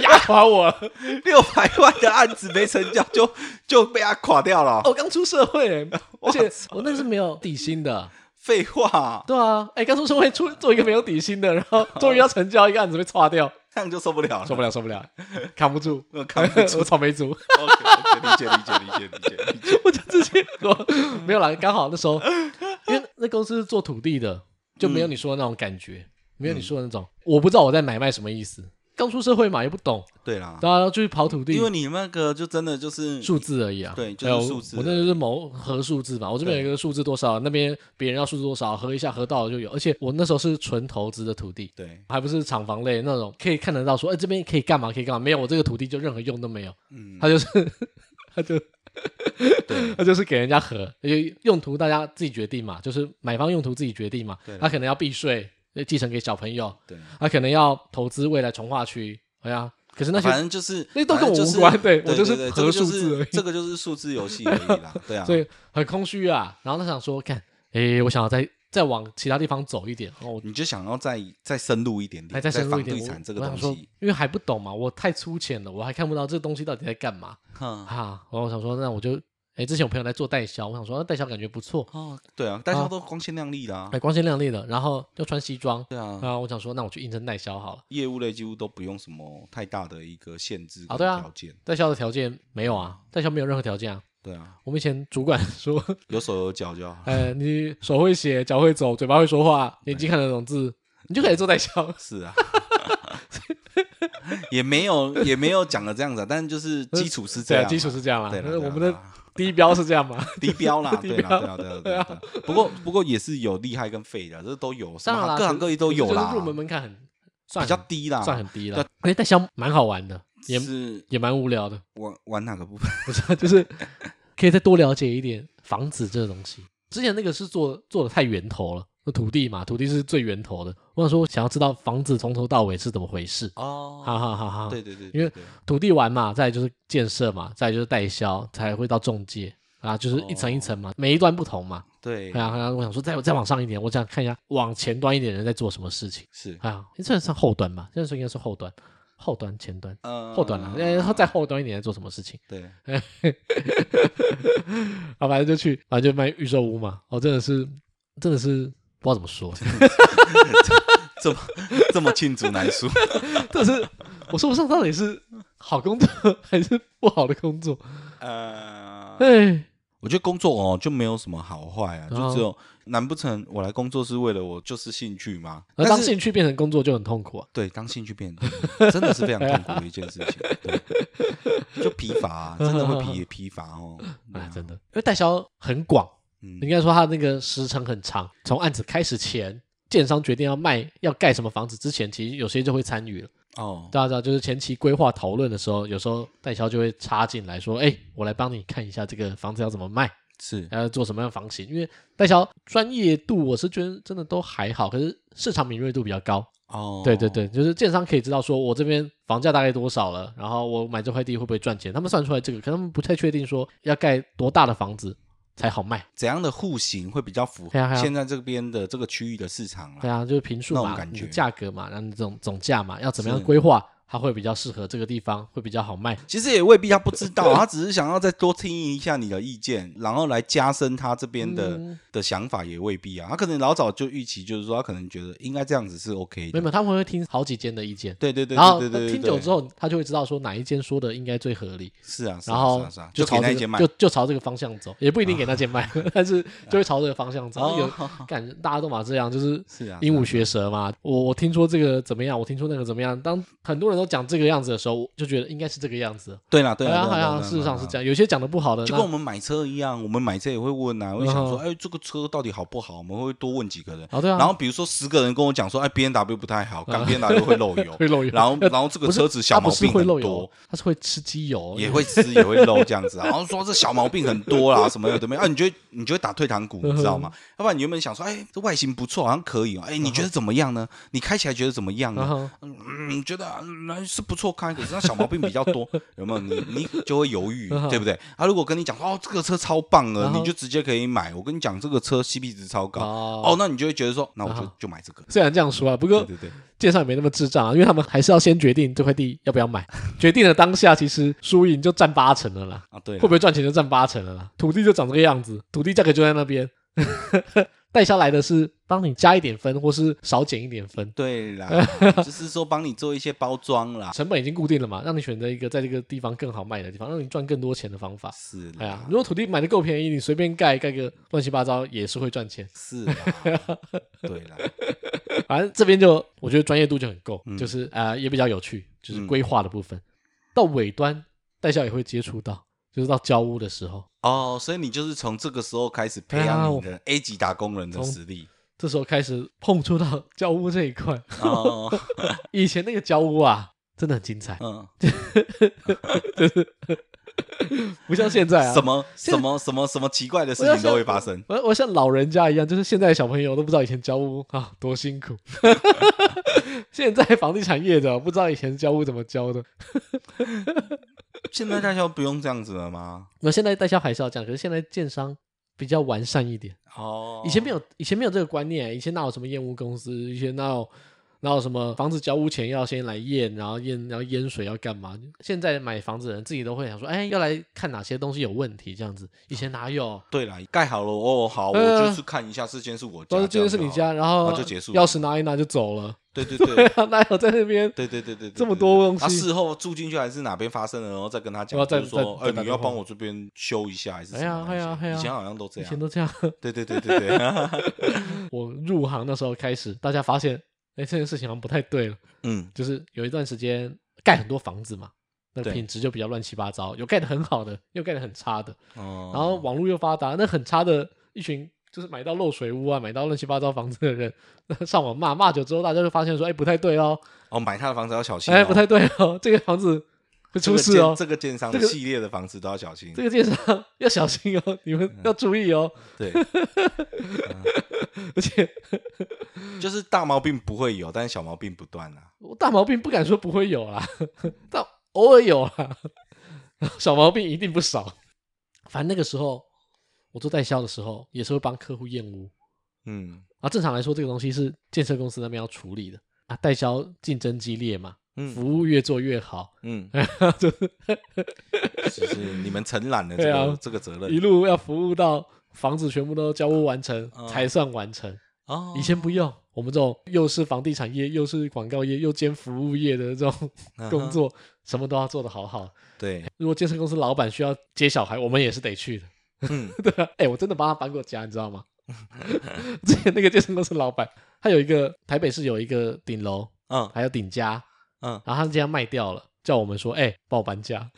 S1: 压垮我了！
S2: 六百万的案子没成交就就被他垮掉了。
S1: 我哦刚出社 会，而且我那个是没有底薪的。
S2: 废话，
S1: 对啊，哎，刚出社会出做一个没有底薪的，然后终于要成交一个案子被刷掉，
S2: 这样就受不了了。
S1: 受不了，受不了，扛不住，
S2: 我扛不 住
S1: 我草莓族。
S2: OK，OK，理解理解理解理解理解。
S1: 我就直接说没有啦，刚好那时候，因为那公司是做土地的，就没有你说的那种感觉，没有你说的那种，我不知道我在买卖什么意思。刚出社会嘛，也不懂，
S2: 对啦，
S1: 然后就去跑土地
S2: 因，为你那个就真的就是
S1: 数字而已啊。
S2: 对就是
S1: 还有
S2: 数字
S1: 我那就是谋合数字嘛，我这边有一个数字多少，那边别人要数字多少，合一下合到了就有。而且我那时候是纯投资的土地，
S2: 对，
S1: 还不是厂房类那种，可以看得到说，哎、这边可以干嘛，可以干嘛，没有我这个土地就任何用都没有。
S2: 嗯，
S1: 他就是 他就
S2: 对
S1: 他就是给人家合，就用途大家自己决定嘛，就是买方用途自己决定嘛
S2: 对。
S1: 他可能要避税，继承给小朋友，
S2: 对。
S1: 他可能要投资未来从化区，哎呀，可是 那些
S2: 啊反正就是
S1: 那都跟我
S2: 反正
S1: 无关
S2: 对
S1: 对我就是
S2: 对对
S1: 合数字而已
S2: 这个就是这个就是数字游戏而已啦，对啊，
S1: 所以很空虚啊。然后他想说，看，诶，我想要再再往其他地方走一点，然后我
S2: 你就想要再再深入一点点，
S1: 还哎再深入一点。
S2: 在房地
S1: 我
S2: 产这个
S1: 我
S2: 东
S1: 想说
S2: 西，，
S1: 因为还不懂嘛，我太粗浅了，我还看不到这东西到底在干嘛
S2: 哼，
S1: 啊。然后我想说，那我就，诶，之前我朋友在做代销，我想说，那啊代销感觉不错，
S2: 哦，对啊，大家都光鲜亮丽啦
S1: 哎，，光鲜亮丽的，然后又穿西装，
S2: 对啊，
S1: 然后我想说，那我去应征代销好了。
S2: 业务类几乎都不用什么太大的一个限制跟
S1: 啊对啊
S2: 条件，
S1: 代销的条件没有啊，代销没有任何条件啊。
S2: 对啊，
S1: 我们以前主管 说，
S2: 有手有脚 就好，
S1: 呃，你手会写，脚会走，嘴巴会说话，眼睛看得懂字，你就可以做代销。
S2: 是啊。 也没有也没有讲的这样子啊，但是就是基础是这
S1: 对
S2: 样
S1: 啊，
S2: 嘛，
S1: 基础是这样啦。
S2: 对啦
S1: 但
S2: 对
S1: 是
S2: 啦
S1: 我们
S2: 对啊
S1: 的
S2: 啦
S1: 第一标是这样嘛？
S2: 低标 啦，
S1: 低
S2: 对啦，
S1: 标
S2: 对啊，对啊，对啊。对啊不过不过也是有厉害跟废的，这都有，什
S1: 当然
S2: 么
S1: 啦，
S2: 各行各业都有
S1: 就是
S2: 啦
S1: 入。门门槛很算
S2: 比较
S1: 很
S2: 低啦，
S1: 算很低了。可是带箱蛮好玩的，也
S2: 是
S1: 也蛮无聊的，
S2: 玩玩哪个部分？
S1: 不是？就是可以再多了解一点房子这个东西。之前那个是做做的太源头了，那土地嘛，土地是最源头的。我想说，我想要知道房子从头到尾是怎么回事。
S2: 哦
S1: 哈哈哈哈！
S2: 对对对，
S1: 因为
S2: 对对
S1: 土地完嘛，再来就是建设嘛，再来就是代销，才会到中介啊，就是一层一层嘛，每一段不同嘛。
S2: 哦对
S1: 对啊，啊我想说再再往上一点，我想看一下往前端一点的人在做什么事情
S2: 是
S1: 啊。这算算后端吧，这算应该是后端，后端前端。
S2: 呃
S1: 后端啦，然后哎再后端一点在做什么事情？
S2: 对
S1: 啊，反正就去，反正就卖预售屋嘛。哦，真的是，真的是不知道怎么说，
S2: 这么这么罄竹难 书，
S1: 但是我说不上到底是好工作还是不好的工作。
S2: 呃，
S1: 哎，
S2: 我觉得工作哦就没有什么好坏
S1: 哦
S2: 啊，就只有难不成我来工作是为了我就是兴趣吗？
S1: 而
S2: 但
S1: 呃当
S2: 是
S1: 兴趣变成工作就很痛苦啊。
S2: 对，当兴趣变成痛真的是非常痛苦的一件事情，对，就疲乏、啊，真的 会疲疲乏哦。对
S1: 啊
S2: 啊，
S1: 真的，因为代销很广，
S2: 嗯
S1: 应该说它那个时程很长，从案子开始前。建商决定要卖要盖什么房子之前，其实有些就会参与了。
S2: 哦，
S1: 大家知道，就是前期规划讨论的时候，有时候代销就会插进来说：“哎、我来帮你看一下这个房子要怎么卖，
S2: 是
S1: 要呃做什么样的房型。”因为代销专业度，我是觉得真的都还好，可是市场敏锐度比较高。
S2: 哦，
S1: 对对对，就是建商可以知道说我这边房价大概多少了，然后我买这块地会不会赚钱，他们算出来这个，可他们不太确定说要盖多大的房子才好卖。
S2: 怎样的户型会比较符
S1: 对啊
S2: 合
S1: 对啊
S2: 现在这边的这个区域的市场
S1: 对
S2: 啦？
S1: 啊，就是平数
S2: 那种
S1: 嘛，
S2: 感
S1: 你的
S2: 觉
S1: 价格嘛，然后你总总价嘛，要怎么样
S2: 是
S1: 规划，它会比较适合这个地方，会比较好卖。
S2: 其实也未必他不知 道，他只是想要再多听一下你的意见，然后来加深他这边的、
S1: 嗯
S2: 的想法也未必啊。他可能老早就预期，就是说他可能觉得应该这样子是 OK
S1: 没
S2: 的。
S1: 有，他们会听好几间的意见，
S2: 对对对，
S1: 然后
S2: 对对对对
S1: 听久之
S2: 后
S1: 后，他就会知道说哪一间说的应该最合理，
S2: 是啊，是啊
S1: 然后
S2: 是啊是啊
S1: 就
S2: 就给
S1: 朝
S2: 那
S1: 这
S2: 一间
S1: 个
S2: 卖哦
S1: 就就朝这个方向走，也不一定给那间卖， 但是就会朝这个方向走。有 感觉大家都嘛这样，就是
S2: 是啊，
S1: 鹦
S2: 是啊
S1: 鹉学舌嘛。我我听说这个怎么样，我听说那个怎么样。当很多人都讲这个样子的时候，我就觉得应该是这个样子。
S2: 对啦对
S1: 好
S2: 啦，
S1: 像
S2: 对啦啊
S1: 好
S2: 对
S1: 像
S2: 啦
S1: 事实上是
S2: 对啦
S1: 这样，有些讲的不好的，
S2: 就
S1: 那嗯
S2: 跟我们买车一样，我们买车也会问啊，会想说，哎，这个车到底好不好？我们会多问几个人。
S1: 哦对啊，
S2: 然后比如说十个人跟我讲说，哎，B N W 不太 好，干 B N W 会漏油，
S1: 会漏油，
S2: 然后
S1: 呃
S2: 然后这个
S1: 不是啊
S2: 车子小
S1: 它不
S2: 毛
S1: 是
S2: 病
S1: 会
S2: 很
S1: 漏
S2: 多
S1: 油，，它是会吃鸡油，
S2: 也会吃也会漏这样 子啊，然后说这小毛病很多啦，什么有的没有啊，你就会你就会打退堂鼓，你知
S1: 嗯
S2: 道吗？要不然你原本想说，哎，这外形不错，好像可以哦，哎，你觉得怎么样呢？你开起来觉得怎么样
S1: 然
S2: 呢？
S1: 后
S2: 嗯，觉得那、嗯、是不错开，可是那小毛病比较多，有没有？你你就会犹豫，
S1: 嗯
S2: 对不对？啊，如果跟你讲说哦，这个车超棒
S1: 然
S2: 了，
S1: 后
S2: 你就直接可以买。我跟你讲，这个车 CP 值超高，
S1: 哦
S2: 哦，，那你就会觉得说，那我就
S1: 啊
S2: 就买这个。
S1: 虽然这样说啊，不
S2: 对
S1: 过
S2: 对对，
S1: 介绍也没那么智障啊，因为他们还是要先决定这块地要不要买，决定了当下，其实输赢就占八成了啦。
S2: 啊对
S1: 会
S2: 啦，
S1: 不会赚钱就占八成了啦。土地就长这个样子，土地价格就在那边。 带下来的是帮你加一点分，或是少减一点分，
S2: 对啦， 就是说帮你做一些包装啦，
S1: 成本已经固定了嘛，让你选择一个在这个地方更好卖的地方，让你赚更多钱的方法。
S2: 是啦，
S1: 哎呀，如果土地买的够便宜，你随便盖盖个乱七八糟也是会赚钱。
S2: 是啦，对啦，
S1: 反正这边就我觉得专业度就很够，
S2: 嗯
S1: 就是呃也比较有趣，就是
S2: 嗯
S1: 规划的部分。到尾端代销也会接触到，就是到交屋的时候，
S2: 哦，所以你就是从这个时候开始培
S1: 哎呀
S2: 养
S1: 我
S2: 你的 A 级打工人的实力
S1: 这时候开始碰触到交屋这一块。
S2: 哦，
S1: 以前那个交屋啊，真的很精彩，
S2: 嗯，
S1: 不像现在啊。
S2: 什？么
S1: 现
S2: 什么什么什么奇怪的事
S1: 我要
S2: 情都
S1: 先
S2: 会发生。
S1: 我我像老人家一样，就是现在的小朋友都不知道以前交屋啊多辛苦。 现在房地产业啊者不知道以前交屋怎么交的。
S2: 现在代销不用这样子了吗？
S1: 那现在代销还是要这样，可是现在建商比较完善一点。
S2: 哦，
S1: 以前没有，以前没有这个观念，以前哪有什么验屋公司，以前哪有。哪有什么房子交屋前要先来验，然后验，然后淹水要干嘛？现在买房子的人自己都会想说，哎，要来看哪些东西有问题这样子。以前哪有？
S2: 对啦，盖好了哦，好，我
S1: 呃
S2: 就是看一下，这间是我家，
S1: 都是今天是
S2: 样
S1: 你
S2: 就好
S1: 家，然后
S2: 啊就结束了
S1: 钥匙拿一拿就走了， 啊
S2: 对对对
S1: 哪有在那边？
S2: 对对对 对，
S1: 这么多东
S2: 他
S1: 西
S2: 事后住进去还是哪边发生了，然后再跟他讲，
S1: 然后再
S2: 就是说，
S1: 再再打
S2: 哎，你
S1: 电
S2: 要
S1: 话
S2: 帮我这边修一下还是什
S1: 哎呀
S2: 么那些？
S1: 哎呀哎呀
S2: 以前好像都这
S1: 以
S2: 样
S1: 前。都这样。
S2: 对对对对对，
S1: 我入行那时候开始，大家发现，哎，这件事情好像不太对了。
S2: 嗯，
S1: 就是有一段时间盖很多房子嘛，那
S2: 对
S1: 品质就比较乱七八糟，有盖的很好的，又盖的很差的。
S2: 哦，
S1: 然后网络又发达，那很差的一群就是买到漏水屋啊，买到乱七八糟房子的人， 上网骂骂久之后，大家就发现说，哎，不太对哦，
S2: 哦，买他的房子要小心、哦，
S1: 哎，不太对哦， 这个房子会出事哦，
S2: 这个建这个建商的
S1: 这个
S2: 系列的房子都要小心。
S1: 这个建商要小心哦，你们要注意哦，
S2: 对，
S1: 而且
S2: 嗯就是大毛病不会有，但是小毛病不断啊。
S1: 我大毛病不敢说不会有啦， 但偶尔有啦， 小毛病一定不少。反正那个时候我做代销的时候，也是会帮客户验屋
S2: 嗯
S1: 啊。正常来说，这个东西是建设公司那边要处理的啊。代销竞争激烈嘛，
S2: 嗯
S1: 服务越做越好，
S2: 嗯，
S1: 就是
S2: 就是你们承揽了这
S1: 对
S2: 个、
S1: 啊
S2: 这个责
S1: 一
S2: 任。
S1: 路要服务到房子全部都交屋完成
S2: 哦
S1: 才算完成。
S2: 哦
S1: 以前不用，我们这种又是房地产业，又是广告业，又兼服务业的这种工、
S2: 嗯
S1: 作，什么都要做得好好。
S2: 哼对，
S1: 如果健身公司老板需要接小孩，我们也是得去的，
S2: 嗯
S1: 对吧、哎、我真的帮他搬过家，你知道吗？ 之前那个健身公司老板，他有一个台北市有一个顶楼，
S2: 嗯
S1: 还有顶家，
S2: 嗯，
S1: 然后他竟然卖掉了，叫我们说，哎、帮我搬家，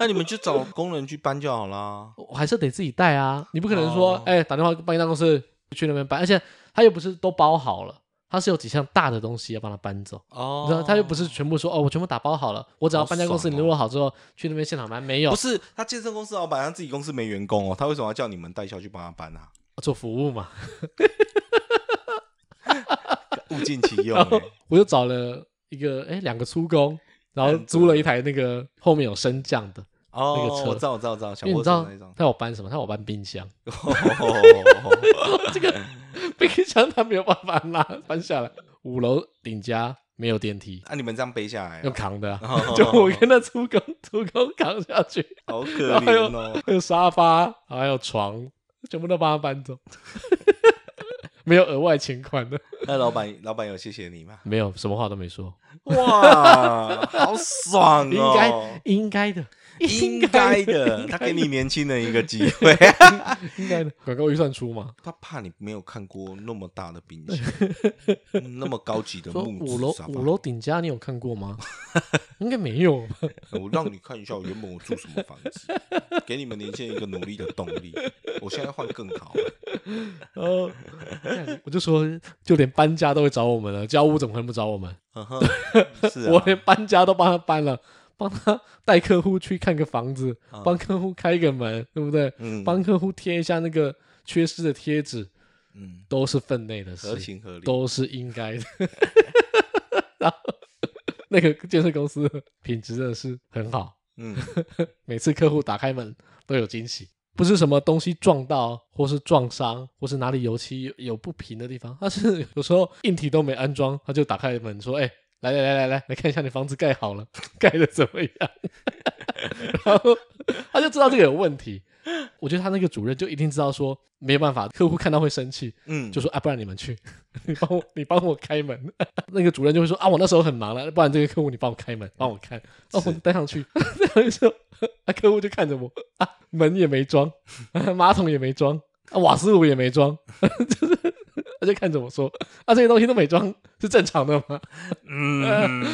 S2: 那你们就找工人去搬就好啦。
S1: 我还是得自己带啊，你不可能说
S2: 哦，
S1: 哎、打电话搬家公司去那边搬，而且他又不是都包好了，他是有几项大的东西要帮他搬走。
S2: 哦
S1: 你知道，他又不是全部说哦，我全部打包好了，我只要
S2: 好
S1: 搬家公司
S2: 爽哦
S1: 联络好之后去那边现场搬，没有
S2: 不是他健身公司老板，他自己公司没员工哦，他为什么要叫你们代销去帮他搬啊？
S1: 做服务嘛。
S2: 物尽其 用、
S1: 然后
S2: 欸
S1: 我就找了一个哎两个粗工，然后租了一台那个后面有升降的，
S2: 哦，
S1: 那个车
S2: 我知道，我知道，我知道，小
S1: 因为你
S2: 货
S1: 知
S2: 车
S1: 道
S2: 那 一张。
S1: 他要我搬什么？他要我搬冰箱，
S2: 哦
S1: 冰箱他没有办法拉搬下来。五楼顶家没有电梯，
S2: 啊，你们这样背下来、
S1: 用
S2: 啊，
S1: 扛的啊、
S2: 哦
S1: 就我跟那粗工粗工扛下去，
S2: 好可怜哦。
S1: 还有沙发，还有床，全部都帮他搬走， 没有额外请款的，
S2: 那老板，老板有谢谢你吗？
S1: 没有什么话都没说，
S2: 哇，好爽
S1: 应该
S2: 哦！
S1: 应该的，
S2: 应该的，
S1: 应
S2: 他
S1: 该
S2: 给
S1: 的
S2: 你年轻人一个机会。
S1: 应该的广告预算出嘛，
S2: 他怕你没有看过那么大的冰 箱，嗯那么高级的
S1: 说
S2: 木
S1: 五
S2: 质
S1: 楼
S2: 沙发
S1: 五楼顶家你有看过 吗？应该没有吧，
S2: 我让你看一下我原本我住什么房子，给你们年轻人一个努力的动力。我现在换更好了，
S1: 然
S2: 哦
S1: 后干 我就说，就连搬家都会找我们了，交屋怎么可能不找我们？
S2: 嗯哼，是
S1: 我
S2: 啊，
S1: 连搬家都帮他搬了，帮他带客户去看个房子，
S2: 嗯
S1: 帮客户开个门，对不对？
S2: 嗯
S1: 帮客户贴一下那个缺失的贴纸，
S2: 嗯，
S1: 都是分内的事
S2: 合，情合理。
S1: 都是应该的。 然后 那个建设公司的品质真的是很好，
S2: 嗯，
S1: 每次客户打开门都有惊喜，不是什么东西撞到，或是撞伤，或是哪里油漆有有不平的地方，他是有时候硬体都没安装，他就打开门说：“哎、来来来来来，来看一下你房子盖好了， 盖的怎么样？” 然后他就知道这个有问题。我觉得他那个主任就一定知道说没办法，客户看到会生气，
S2: 嗯，
S1: 就说啊，不然你们去， 你帮我，你帮我开门。 那个主任就会说啊，我那时候很忙了，不然这个客户你帮我开门，帮我开，哦，我带上去。 这样说，啊，客户就看着我啊，门也没装， 啊马桶也没装，啊，瓦斯炉也没装， 就是他就看着我说啊，这些东西都没装是正常的吗？
S2: 嗯，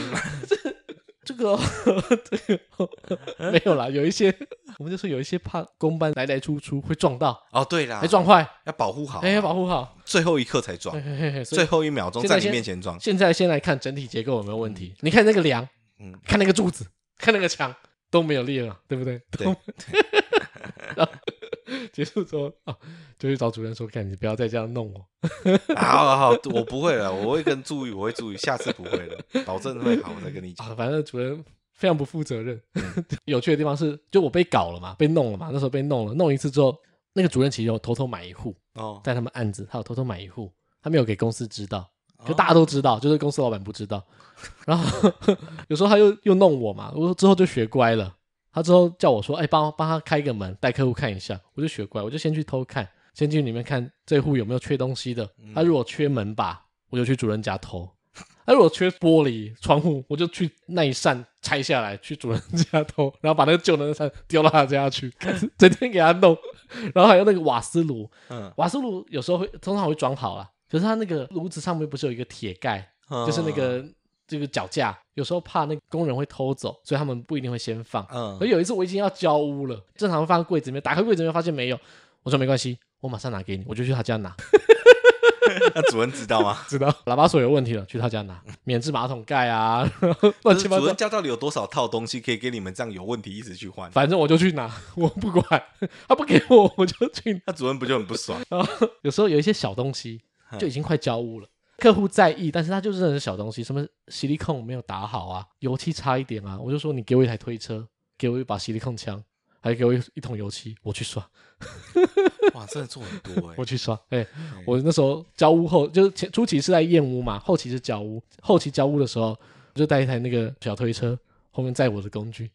S1: 这个哦、 这个哦、没有啦，有一些我们就说有一些怕公班来来出出会撞到，
S2: 哦，对啦，
S1: 还撞坏，
S2: 要保护好，啊
S1: 哎、保护好。
S2: 最后一刻才撞
S1: 嘿，嘿嘿嘿所以
S2: 最后一秒钟
S1: 现在
S2: 在你
S1: 先
S2: 面前撞，
S1: 现在先来看整体结构有没有问题。你看那个梁，
S2: 嗯
S1: 看那个柱子，看那个墙都没有裂了， 对不对？
S2: 对
S1: 都。然后结束之后啊，就去找主任说：“看你不要再这样弄我。
S2: 好好好，我不会了，我会跟注意，我会注意，下次不会 了，保证会好，我再跟你”讲。
S1: 啊，反正主任非常不负责任。 有趣的地方是，就我被搞了嘛，被弄了嘛，那时候被弄了，弄一次之后，那个主任其实有偷偷买一户，
S2: 哦，
S1: 在他们案子，他有偷偷买一户，他没有给公司知道，
S2: 哦
S1: 就大家都知道，就是公司老板不知道。 然后有时候他又又弄我嘛，我之后就学乖了。他之后叫我说：“哎、帮帮他开个门，带客户看一下。”我就学乖，我就先去偷看，先进里面看这户有没有缺东西的。他如果缺门把，我就去主人家偷；他如果缺玻璃窗户，我就去那一扇拆下来，去主人家偷，然后把那个旧的那扇丢到他家去， 整天给他弄。然后还有那个瓦斯炉，
S2: 嗯
S1: 瓦斯炉有时候会通常会装好啦，可是它那个炉子上面不是有一个铁盖，
S2: 嗯
S1: 就是那个这个脚架，有时候怕那个工人会偷走，所以他们不一定会先放。
S2: 嗯
S1: 而有一次我已经要交屋了，正常放在柜子里面，打开柜子里面发现没有，我说没关系，我马上拿给你，我就去他家拿。
S2: 那主任知道吗？
S1: 知道喇叭锁有问题了，去他家拿，免治马桶盖啊， 乱七八
S2: 主
S1: 糟
S2: 任。家到底有多少套东西可以给你们这样有问题一直 去换？
S1: 反正我就去拿，我不管，他不给我，我就去拿
S2: 那主任不就很不 爽？
S1: 有时候有一些小东西
S2: 嗯
S1: 就已经快交屋了，客户在意，但是他就是那种小东西，什么吸力控没有打好啊，油漆差一点啊，我就说你给我一台推车，给我一把吸力控枪，还给我一一桶油漆，我去刷，
S2: 哇，真的做很多哎、
S1: 我去刷。哎、我那时候交屋后，就是前初期是在验屋嘛，后期是交屋，后期交屋的时候，我就带一台那个小推车。后面载我的工具，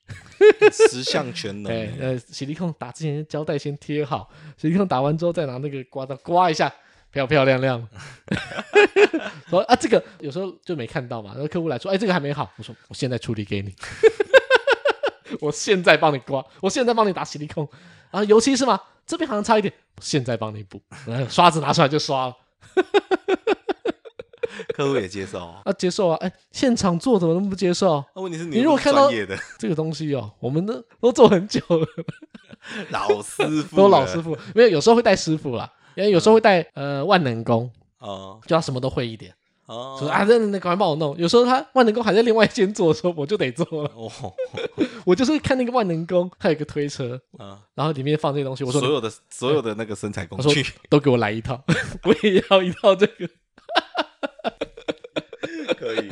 S2: 十项全能、
S1: 哎
S2: 欸，
S1: 呃，洗力控打之前胶带先贴好，洗力控打完之后再拿那个刮刀刮一下，漂漂亮亮。 说啊，这个有时候就没看到嘛，然后客户来说，哎，这个还没好，我说我现在处理给你， 我现在帮你刮，我现在帮你打洗力控，啊，油漆是吗？这边好像差一点，我现在帮你补，然后刷子拿出来就刷了，
S2: 客户也接受哦。
S1: 啊，接受啊，哎，现场做怎么能不接受？
S2: 那、问题是
S1: 你
S2: 又
S1: 如果
S2: 不是
S1: 看到
S2: 专业的
S1: 这个东西哦，我们都都做很久了，
S2: 老师 傅，
S1: 都老师傅，没有有时候会带师傅啦，因为有
S2: 嗯
S1: 时候会带呃万能工，
S2: 哦
S1: 就他什么都会一点，
S2: 哦，
S1: 说啊，那那赶快帮我弄。有时候他万能工还在另外一间做的时候，我就得做了。
S2: 哦，
S1: 我就是看那个万能工，他有一个推车，
S2: 嗯，
S1: 然后里面放这些东西，我说
S2: 所有的所有的那个生产工
S1: 我说
S2: 具，
S1: 都给我来一套， 我也要一套这个。
S2: 可以，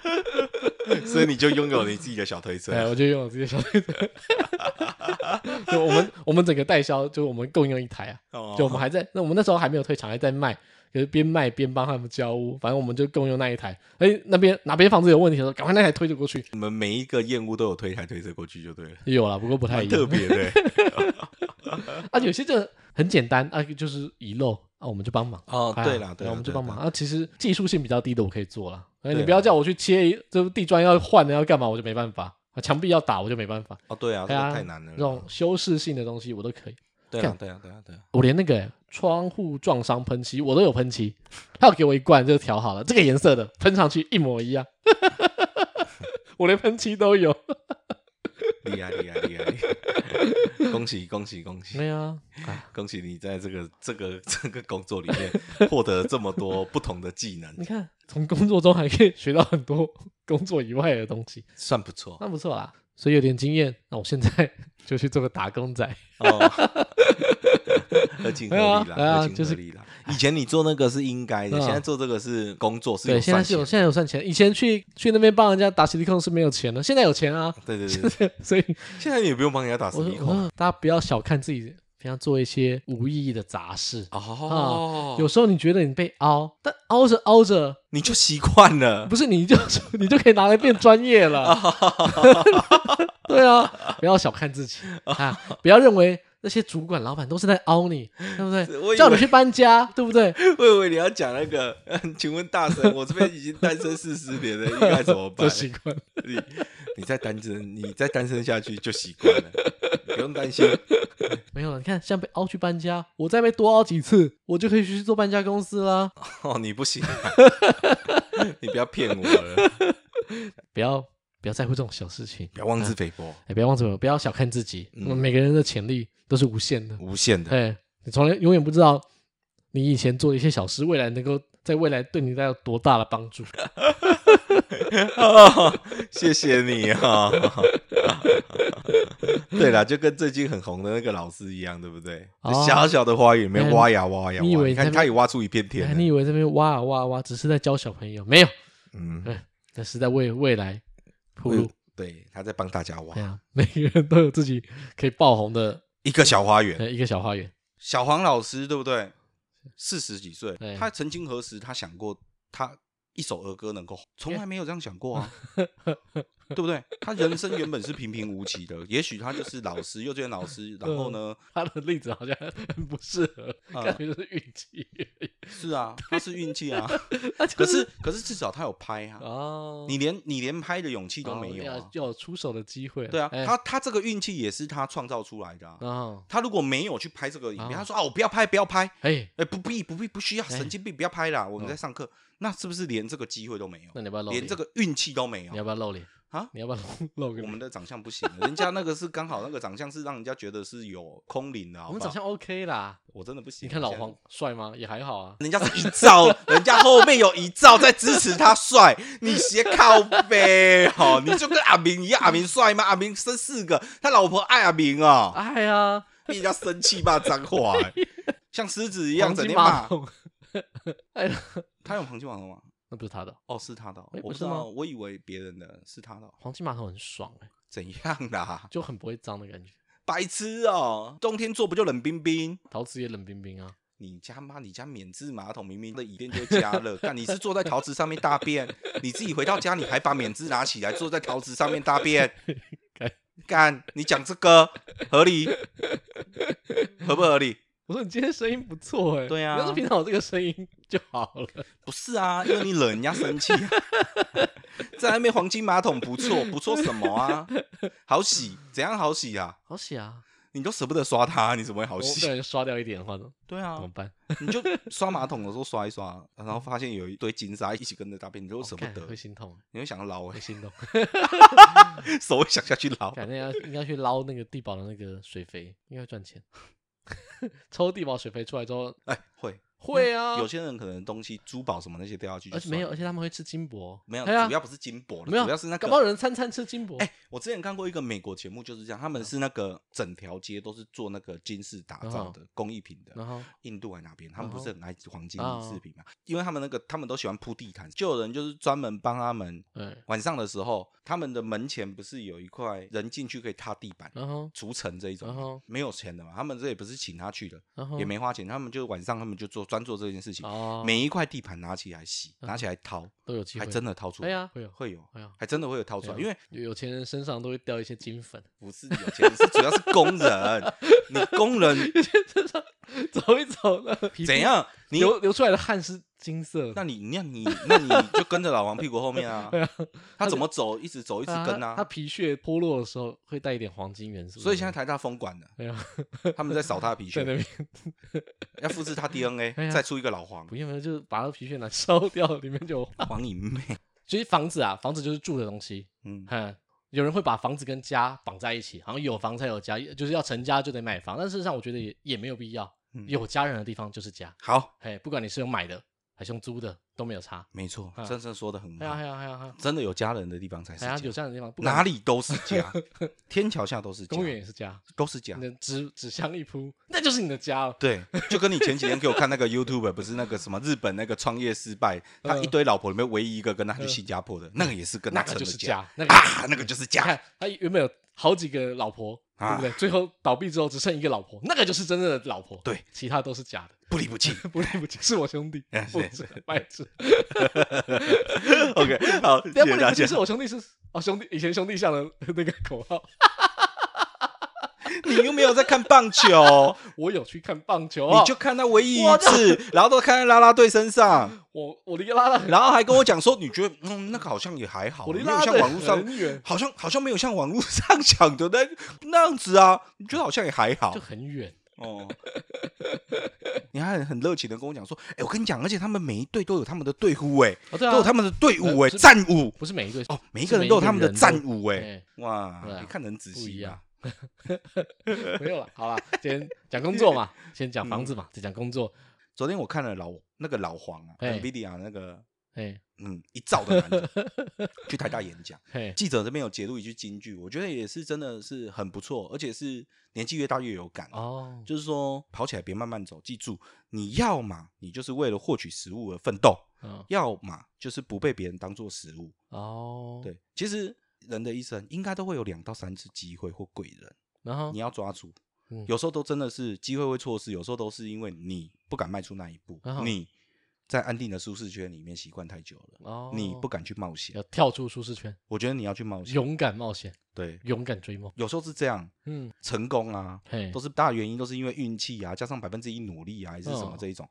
S2: 所以你就拥有你自己的小推车
S1: 哎，。我就用我自己的小推车。 就我们我们整个代销，就我们共用一台啊。
S2: 哦
S1: 就我们还在，那我们那时候还没有退场，还在卖，就是边卖边帮他们交屋，反正我们就共用那一台。哎、那边哪边房子有问题的时候，赶快那台推着过去。
S2: 你们每一个燕屋都有推一台推车过去就对了，
S1: 也有啦，不过不太一
S2: 蛮
S1: 样。
S2: 特别 的欸。
S1: 啊，有些就很简单啊，就是遗漏啊，我们就帮忙。
S2: 哦
S1: 哎呀
S2: 对啦对啦
S1: 我们就
S2: 对
S1: 帮
S2: 啦
S1: 忙啊。其实技术性比较低的我可以做了，哎，你
S2: 对
S1: 不要叫我去切，这地砖要换的要干嘛，我就没办法。啊，墙壁要打我就没办法，
S2: 哦，对啊，这
S1: 哎呀
S2: 个太难了
S1: 那
S2: 啦。
S1: 种修饰性的东西我都可以。
S2: 对啊，对啊，对啊，对啊。
S1: 我连那个、哎窗户撞伤喷漆我都有喷漆，他有给我一罐，就调好了，这个颜色的喷上去一模一样。 我连喷漆都 有。
S2: 厉害厉害 厉害！厉害恭喜恭喜恭喜
S1: 对啊，哎
S2: 恭喜你在这个这个 这个工作里面获得这么多不同的技能
S1: 你，看从工作中还可以学到很多工作以外的东西。
S2: 算不错
S1: 那不错啦，所以有点经验。那我现在 就去做个打工仔，
S2: 哦。 合情合
S1: 对
S2: 理
S1: 啊
S2: 啦，
S1: 对啊
S2: 合情合理啦。以前你做那个是应该的，
S1: 嗯
S2: 现在做这个是工作，是有
S1: 对，现在
S2: 赚
S1: 是有
S2: 钱。
S1: 现在有赚钱。以前去去那边帮人家打实力控是没有钱的，现在有钱啊。
S2: 对对对，对
S1: 所以
S2: 现在你也不用帮人家打
S1: 我
S2: 死
S1: 说
S2: 鼻
S1: 我
S2: 孔
S1: 说大家不要小看自己，平常做一些无意义的杂事。
S2: 哦，
S1: 有时候你觉得你被凹，但凹着凹着，
S2: 你就习惯了
S1: 不是你就你就可以拿来变专业 了。对啊，不要小看自己
S2: 哦
S1: 啊！不要认为那些主管老板都是在凹你，对不
S2: 是我
S1: 对？
S2: 以
S1: 叫你
S2: 为
S1: 去搬家，对不对？
S2: 我以为你要讲那个， 嗯请问大神，我这边已经单身四十年了，应该怎么办
S1: 这？习惯。
S2: 你你再单身，你再单身下去就习惯了， 你不用担心。
S1: 没有了，你看，像被凹去搬家，我再被多凹几次，我就可以去做搬家公司啦。
S2: 哦，你不行、啊， 你不要骗我了，
S1: 不要不要在乎这种小事情，
S2: 不要妄自菲薄，
S1: 哎，不要忘记，不要小看自己，
S2: 嗯
S1: 我们每个人的潜力都是无限的。
S2: 无限的。
S1: 对，你从来永远不知道你以前做的一些小事，未来能够在未来对你带有多大的帮助。
S2: 哦，谢谢你啊、 对啦，就跟最近很红的那个老师一样，对不对？
S1: 哦
S2: 就小小的花园里面
S1: 哎
S2: 挖呀挖呀挖，
S1: 你以为
S2: 看
S1: 在那
S2: 他也挖出一片
S1: 哎
S2: 天
S1: 你
S2: 了。
S1: 以为这边挖啊挖啊挖，只是在教小朋友？没有，
S2: 嗯，
S1: 那是在为未来铺路。
S2: 对，他在帮大家挖
S1: 对啊，每个人都有自己可以爆红的
S2: 一个小花园。
S1: 呃一个小花园。
S2: 小黄老师对不对？四十几岁
S1: 对，
S2: 他曾经何时他想过他一首儿歌能够红，从来没有这样想过 啊，对不对？他人生原本是平平无奇的，也许他就是老师，幼稚园老师，然 后呢，
S1: 他的例子好像很不适合，
S2: 啊
S1: 感觉就是运气。
S2: 是啊，他是运气啊，
S1: 那就
S2: 可是可是至少他有拍啊，
S1: 哦，
S2: 你连你连拍的勇气都没有
S1: 要
S2: 啊，
S1: 要有出手的机会。
S2: 对啊，
S1: 哎
S2: 他他这个运气也是他创造出来的啊。
S1: 哦，
S2: 他如果没有去拍这个影
S1: 哦
S2: 片，他说啊，我不要拍，不要拍，
S1: 哎，
S2: 哎，不必不必不需要，
S1: 哎
S2: 神经病，不要拍啦，我们
S1: 哦
S2: 在上课，那是不是连这个机会都没有
S1: 那？你要不要露脸？
S2: 连这个运气都没
S1: 你要
S2: 有。
S1: 不要露脸？
S2: 啊，
S1: 你要不 要露个
S2: 我
S1: 脸？
S2: 们的长相不行，人家那个是刚好那个长相是让人家觉得是有空灵的，好
S1: 我
S2: 不
S1: 们
S2: 好
S1: 长相 OK 啦。
S2: 我真的不行。
S1: 你看老
S2: 现在
S1: 黄帅吗？也还好啊。
S2: 人家是一兆，人家后面有一兆在支持他帅，你斜靠背 哦，你就跟阿明一样，阿明帅吗？阿明生四个，他老婆爱阿明哦，
S1: 哎呀，
S2: 逼人家生气骂脏话、哎像狮子一样
S1: 黄
S2: 整
S1: 金
S2: 天
S1: 马
S2: 骂。
S1: 桶。哎呀，
S2: 他有黄金马桶吗？
S1: 那不是他的哦，
S2: 哦，是他的哦、
S1: 哎
S2: 我
S1: 不
S2: 不
S1: 是
S2: 知
S1: 吗
S2: 道，我以为别人的是他的哦、
S1: 黄金马桶很爽哎，
S2: 怎样啦、
S1: 就很不会脏的感觉。
S2: 白痴哦、冬天做不就冷冰冰？
S1: 陶瓷也冷冰冰啊，
S2: 你家妈，你家免治马桶明明的椅垫就加了，但你是坐在陶瓷上面大便，你自己回到家你还把免治拿起来坐在陶瓷上面大便
S1: 干，
S2: 干，你讲这个合理，合不合理？
S1: 我说你今天声音不错哎、
S2: 对啊
S1: 你要是平常有这个声音就好了。
S2: 不是啊，因为你惹人家生气、啊， 在那边黄金马桶不错，不错什么啊？好洗，怎样好洗啊？
S1: 好洗啊，
S2: 你都舍不得刷它，你怎么会好
S1: 我
S2: 洗
S1: 不？然刷掉一点的话呢
S2: 对
S1: 怎
S2: 啊
S1: 么，办？
S2: 你就刷马桶的时候刷一刷，然后发现有一堆金沙一起跟着大便，你就
S1: 我
S2: 舍不得，
S1: 哦会心痛，
S2: 你会想捞哎、
S1: 会心痛。
S2: 手会想下去捞。
S1: 感觉要应该去捞那个地堡的那个水肥，应该会赚钱。 抽地堡水肥出来之后，
S2: 哎，会
S1: 会啊，
S2: 有些人可能东西、珠宝什么那些掉下去就
S1: 而且
S2: 算
S1: 没有，
S2: 了，
S1: 而且他们会吃金箔，
S2: 没有，
S1: 对啊
S2: 主要不是金箔的，
S1: 没有，
S2: 主要是那
S1: 搞不好
S2: 个。
S1: 有人餐餐吃金箔，
S2: 哎，我之前看过一个美国节目，就是这样，他
S1: 嗯
S2: 们是那个整条街都是做那个金饰打
S1: 嗯
S2: 造的工艺品的。
S1: 然后
S2: 印度还哪边，他们不
S1: 嗯
S2: 是很爱黄金
S1: 啊
S2: 饰品嘛？因为他们那个他们都喜欢铺地毯，就有人就是专门帮他们
S1: 对，
S2: 晚上的时候，他们的门前不是有一块人进去可以踏地板，
S1: 然后
S2: 除尘这一
S1: 然后
S2: 种，没有钱的嘛，他们这也不是请他去的，
S1: 然后
S2: 也没花钱，他们就晚上他们就做专做这件事情，
S1: 嗯哦，
S2: 每一块地盘拿起来洗，拿起来掏，
S1: 都有机会，
S2: 还真的掏出来，
S1: 对啊会有
S2: 会有，
S1: 哎呀，
S2: 还真的会有掏出来，
S1: 对啊
S2: 因为
S1: 有有钱人身上都会掉一些金 粉，
S2: 不是有钱人，是主要是工人，你 工人
S1: 有钱人身上走一走呢，皮肤
S2: 怎样？你
S1: 流流出来的汗是金色的
S2: 那。你那你那你就跟着老王屁股后面啊，
S1: 对啊，
S2: 他怎么走，一直走一直跟
S1: 啊
S2: 啊
S1: 他他皮屑脱落的时候会带一点黄金元素，
S2: 所以现在台大封管了，
S1: 对啊，
S2: 他们在扫他的 皮
S1: 在那
S2: 屑，
S1: 边
S2: 要复制他 DNA，
S1: 哎呀
S2: 再出一个老黄
S1: 不，用了，就是把他皮屑拿 烧掉，里面就有
S2: 黄 你妹，
S1: 其实房子啊，房子就是住的东西，
S2: 嗯，
S1: 哼，有人会把房子跟家绑在一起，好像有房才有家，就是要成家就得买房。但事实上，我觉得也也没有必要，
S2: 嗯
S1: 有家人的地方就是家。
S2: 好，
S1: 嘿，不管你是用买的还是用租的，都没有差。
S2: 没错
S1: 啊，
S2: 真正说的很
S1: 哎呀，哎
S2: 好，
S1: 呀，哎呀，哎呀
S2: 真的有家人的地方才嗯是
S1: 哎呀，有家
S2: 家，
S1: 人的地方，不管
S2: 哪里都是 家，天桥下都是家
S1: 公，园也是家，
S2: 都是家
S1: 你。的纸纸箱一铺，那就是你的家哦了。
S2: 对，就跟你前几天给我看那个 YouTube，不是那个什么日本那个创业失败，他
S1: 嗯
S2: 一堆老婆里面唯一一个跟他去新加坡的，那个也是跟
S1: 那
S2: 他
S1: 个
S2: 成
S1: 就
S2: 了
S1: 是
S2: 家
S1: 家，那个
S2: 啊，那个就是
S1: 你
S2: 家，
S1: 看他原本有好几个老婆，对
S2: 啊
S1: 不对？最后倒闭之后只剩一个老婆，那个就是真正的老婆，
S2: 对，
S1: 其他都是假的。
S2: 不离不弃。
S1: 不对不起，是我兄弟
S2: 哎，
S1: 不
S2: 是
S1: 是白 痴。
S2: OK，好，谢
S1: 等下
S2: 谢
S1: 不能
S2: 大
S1: 不
S2: 家
S1: 仅。是我兄弟是哦兄弟以前兄弟像的 那个口号，
S2: 你又没有在看棒 球，
S1: 我有去看棒球啊，
S2: 你就看他唯一
S1: 我
S2: 一次，然后都看在拉拉队身上，
S1: 哦我我离拉拉
S2: 然后还跟我讲说，你觉得嗯，那个好像也还好，
S1: 我
S2: 没
S1: 离
S2: 有
S1: 拉拉
S2: 像
S1: 队
S2: 网络上。
S1: 很远，
S2: 好像好像没有像网络上 讲的那那样子啊，你觉得好像也还好
S1: 就，很远，
S2: 哦， 你还很很热情的跟我讲说，哎、我跟你讲，而且他们每一队都有他们的队呼、哎、
S1: 哦对啊
S2: 都有他们的队伍、
S1: 呃
S2: 哎，
S1: 是
S2: 战舞，
S1: 不是每一队
S2: 哦，每一
S1: 是
S2: 个人都有他们的
S1: 人
S2: 战舞、哎，
S1: 哎，
S2: 哇
S1: 对啊，
S2: 你看得很仔
S1: 不一
S2: 细
S1: 样
S2: 啊，
S1: 哎没 有了，好了，今天讲工作嘛，先讲房子
S2: 嗯
S1: 嘛，再讲工作，
S2: 昨天我看了老那个老黄啊
S1: 哎
S2: ，NVIDIA 那个
S1: 嘿
S2: 嗯一兆的男人去台大 演讲，
S1: 嘿，
S2: 记者这边有解读一句金句，我觉得也是真的是很不错，而且是年纪越大越有感啊
S1: 哦，
S2: 就是说跑起来别慢慢走，记住你要嘛，你就是为了获取食物而奋斗。
S1: 嗯，
S2: 要么就是不被别人当做食物。
S1: 哦，，
S2: 对，其实人的一生应该都会有两到三次机会或贵人，
S1: 然后
S2: 你要抓住
S1: 嗯。
S2: 有时候都真的是机会会错失，有时候都是因为你不敢迈出那一步
S1: 啊哈，
S2: 你在安定的舒适圈里面习惯太久了，
S1: 哦，
S2: 你不敢去冒险
S1: 要。跳出舒适圈，
S2: 我觉得你要去冒险，
S1: 勇敢冒险，
S2: 对，
S1: 勇敢追梦，
S2: 有时候是这样，
S1: 嗯，
S2: 成功啊，
S1: 嘿
S2: 都，是大原因都是因为运气啊，加上百分之一努力啊，还是什
S1: 哦
S2: 么这一种，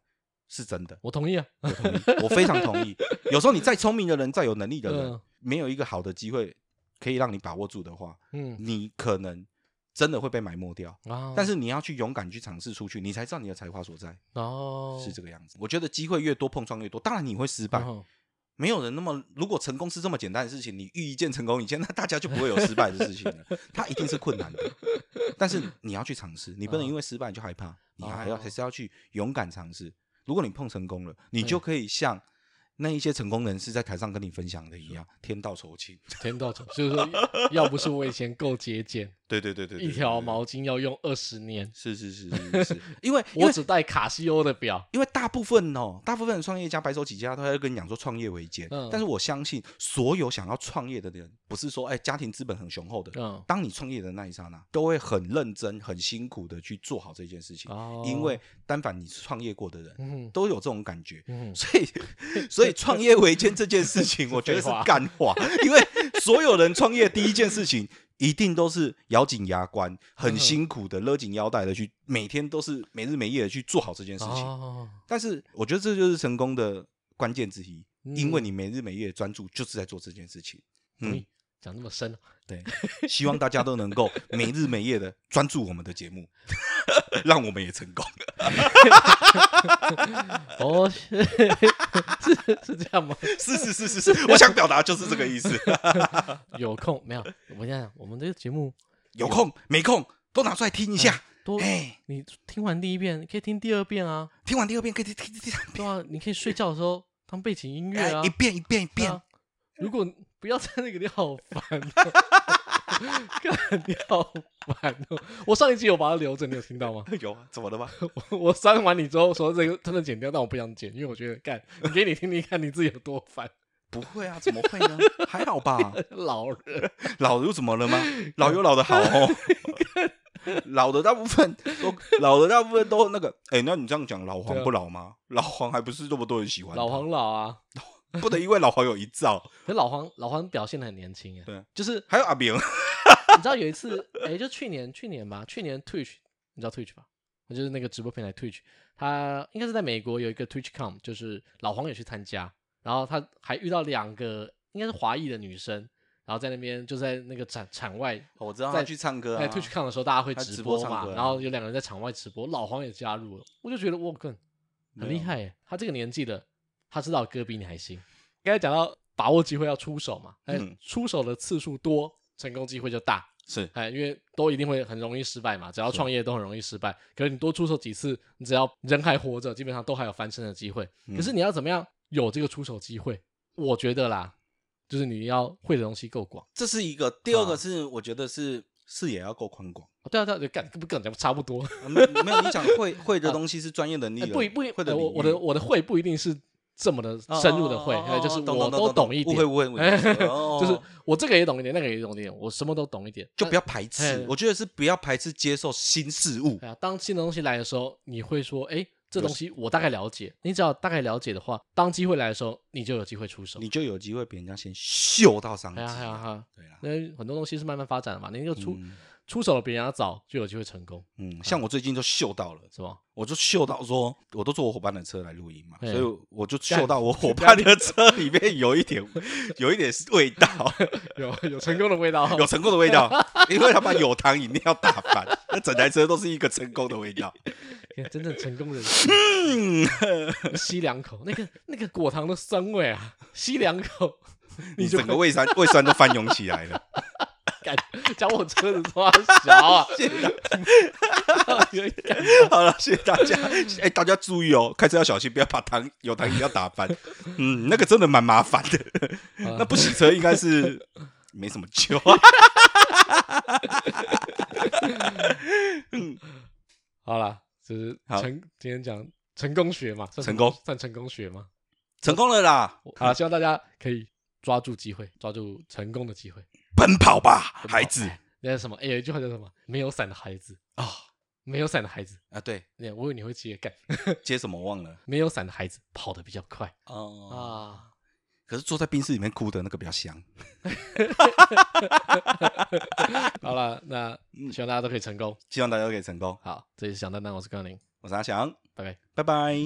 S2: 是真的。
S1: 我同意啊，
S2: 我同意，我非常同意。有时候你再聪明的人，再有能力的人，
S1: 嗯
S2: 没有一个好的机会可以让你把握住的话，
S1: 嗯
S2: 你可能真的会被埋没掉。
S1: 啊，
S2: 但是你要去勇敢去尝试出去，你才知道你的才华所在
S1: 哦，嗯
S2: 是这个样子。我觉得机会越多，碰撞越多，当然你会失败，
S1: 然后
S2: 没有人那么，如果成功是这么简单的事情，你遇一件成功以前，那 大家就不会有失败的事情了。它一定是困难的，但是你要去尝试，你不
S1: 嗯
S2: 能因为失败就害怕，你还
S1: 哦
S2: 要还是要去勇敢尝试。如果你碰成功了，你
S1: 嗯
S2: 就可以像那一些成功人士在台上跟你分享的一样，天道酬勤。
S1: 天道酬， 就是说，要不是我以前够节俭，
S2: 对对对对，对
S1: 一条，毛巾要用二十年，
S2: 对对是是是是是， 因为因
S1: 我
S2: 为
S1: 只戴卡西欧的表。
S2: 因为大部分哦，大部分的创业家白手起家，他会跟你讲说创业维艰。
S1: 嗯
S2: 但是我相信，所有想要创业的人，不是说哎家庭资本很雄厚的，
S1: 嗯，
S2: 当你创业的那一刹那，都会很认真、很辛苦的去做好这件事情。
S1: 哦
S2: 因为单反你是创业过的人，
S1: 嗯
S2: 都有这种感觉。
S1: 嗯，
S2: 所以，所以创业维艰这件事 情，我觉得是
S1: 废话
S2: 干话， 因为所有人创业第一件事情，一定都是咬紧牙关、很辛苦的勒紧腰带的去，每天都是没日没夜的去做好这件事情。
S1: 哦，
S2: 但是我觉得这就是成功的关键之一，
S1: 嗯
S2: 因为你没日没夜专注就是在做这件事情。
S1: 同
S2: 嗯
S1: 意，讲那么 深，
S2: 对，希望大家都 能够没日没夜的专注我们的节目，让我们也 成功。
S1: 哦，是是这样吗？
S2: 是是是是是，我想表达就是这个意思。
S1: 有空没有？我跟你讲，我们这个节目
S2: 有空没空都拿出来听一下，
S1: 多，
S2: 哎，
S1: 你听完第一遍，你可以听第二遍啊，
S2: 听完第二遍可以听听听听
S1: 对啊，你可以睡觉的时候当背景音乐
S2: 哎
S1: 啊
S2: 一，遍一遍一
S1: 对
S2: 遍
S1: 啊。 如果不要在那个，你好烦哦， 看你好烦哦。我上一集有把它留着，你有听到吗？
S2: 有啊怎么了吗？
S1: 我删完你之后说这个真的剪掉，但我不想剪，因为我觉得干，你给你听听看你自己有多烦，
S2: 不会啊，怎么会 呢？还好吧，
S1: 老人。
S2: 老又怎么了吗？老有老的好 哦，老的大部分都老的大部分都那个，哎，那你这样讲老黄不老吗？老黄还不是这么多人喜欢他，
S1: 老黄老啊，
S2: 不能因为老黄有一 兆，
S1: 可是老黄老黄表现的很年轻哎，
S2: 对，
S1: 就是
S2: 还有阿明，
S1: 你知道有一次，哎、就去年去年吧，去年 Twitch，你知道 Twitch 吧？就是那个直播平台 Twitch，它应该是在美国有一个 TwitchCon，就是老黄也去参加，然后他还遇到两个应该是华裔的女生，然后在那边就在那个展场外，
S2: 我知道
S1: 在
S2: 他去唱歌啊
S1: 在 TwitchCon 的时候大家会
S2: 他
S1: 直
S2: 直播唱
S1: 嘛，
S2: 歌啊
S1: 然后有两个人在场外直播，老黄也加入了，我就觉得我更很
S2: 对
S1: 厉
S2: 啊
S1: 害耶，他这个年纪的，他知道歌比你还新。刚才讲到把握机会要出手嘛，哎、
S2: 嗯
S1: 出手的次数多，成功机会就大。
S2: 是
S1: 哎，因为都一定会很容易失败嘛，只要创业都很容易失败。可是你多出手几次，你只要人还活着，基本上都还有翻身的机会。可
S2: 嗯
S1: 是你要怎么样有这个出手机会？我觉得啦，就是你要会的东西够广。
S2: 这是一个，第二
S1: 啊
S2: 个是我觉得是视野要够宽 广。
S1: 哦对啊，对啊，对干不跟讲差不多。
S2: 啊没有没有，你讲会会的东西是专业能力
S1: 哎
S2: 了，
S1: 不一不一，
S2: 会的
S1: 呃
S2: 领
S1: 我
S2: 域
S1: 我的我的会不一定是这么的
S2: 哦
S1: 深入的会，
S2: 哦
S1: 哎就是
S2: 哦懂
S1: 我
S2: 懂
S1: 都
S2: 懂
S1: 懂一
S2: 误会
S1: 点，
S2: 误会误
S1: 哎
S2: 会， 就
S1: 就是我这个也懂一点，那个也懂一点，我什么都懂一点。
S2: 就
S1: 那
S2: 不要排斥
S1: 哎，
S2: 我觉得是不要排斥接受新事物
S1: 哎，呀，当新的东西来的时候，你会说，哎，这东西我大概了解。你只要大概了解的话，当机会来的时候，你就有机会出手
S2: 你。就有机会比人家先嗅到商机
S1: 哎呀哎呀
S2: 啊。
S1: 哈，
S2: 对啦，
S1: 那很多东西是慢慢发展的嘛，你就出
S2: 嗯
S1: 出手了比人家早，就有机会成功，
S2: 嗯，像我最近就嗅到了，
S1: 是吧？
S2: 我就嗅到说，我都坐我伙伴的车来录音嘛，
S1: 哎
S2: 所以我就嗅到我伙伴的车里面有 一点有一点味道，
S1: 有有成功的味道，
S2: 有成功的味道，因为他把有糖饮料打翻，那整台车都是一个成功的 味道。
S1: 真正成功人士，
S2: 嗯，
S1: 吸两口那个那个果糖的酸味啊，吸两口
S2: 你
S1: 就
S2: 整个胃酸胃酸都翻涌起来了。
S1: 感讲我车子多小 啊，
S2: 好了，谢谢大家。 哎、大家注意哦，开车要小心，不要把糖有糖饮料打翻。 嗯，那个真的蛮麻烦的。
S1: 好啦
S2: 那不洗车应该是没什么啊救、
S1: 好啦，就是
S2: 好
S1: 成今天讲成功学嘛，算
S2: 成功
S1: 算成功学嘛。
S2: 成功了啦，
S1: 好啦，希望大家可以抓住机会，抓住成功的机会。
S2: 奔跑吧，孩子
S1: 那什么，哎，有一句话叫什么？没有伞的孩子，
S2: 啊、
S1: 没有伞的孩子，
S2: 啊！对，
S1: 那我以为你会接干。
S2: 接什么忘了
S1: 没有伞的孩子跑得比较快
S2: 哦、
S1: 啊。
S2: 可是坐在冰室里面哭的那个比较香。
S1: 好了，那希望大家都可以成功。
S2: 希望大家都可以成功。
S1: 好，这里是想丹丹，我是高宁，
S2: 我是阿翔，
S1: 拜拜。
S2: 拜拜。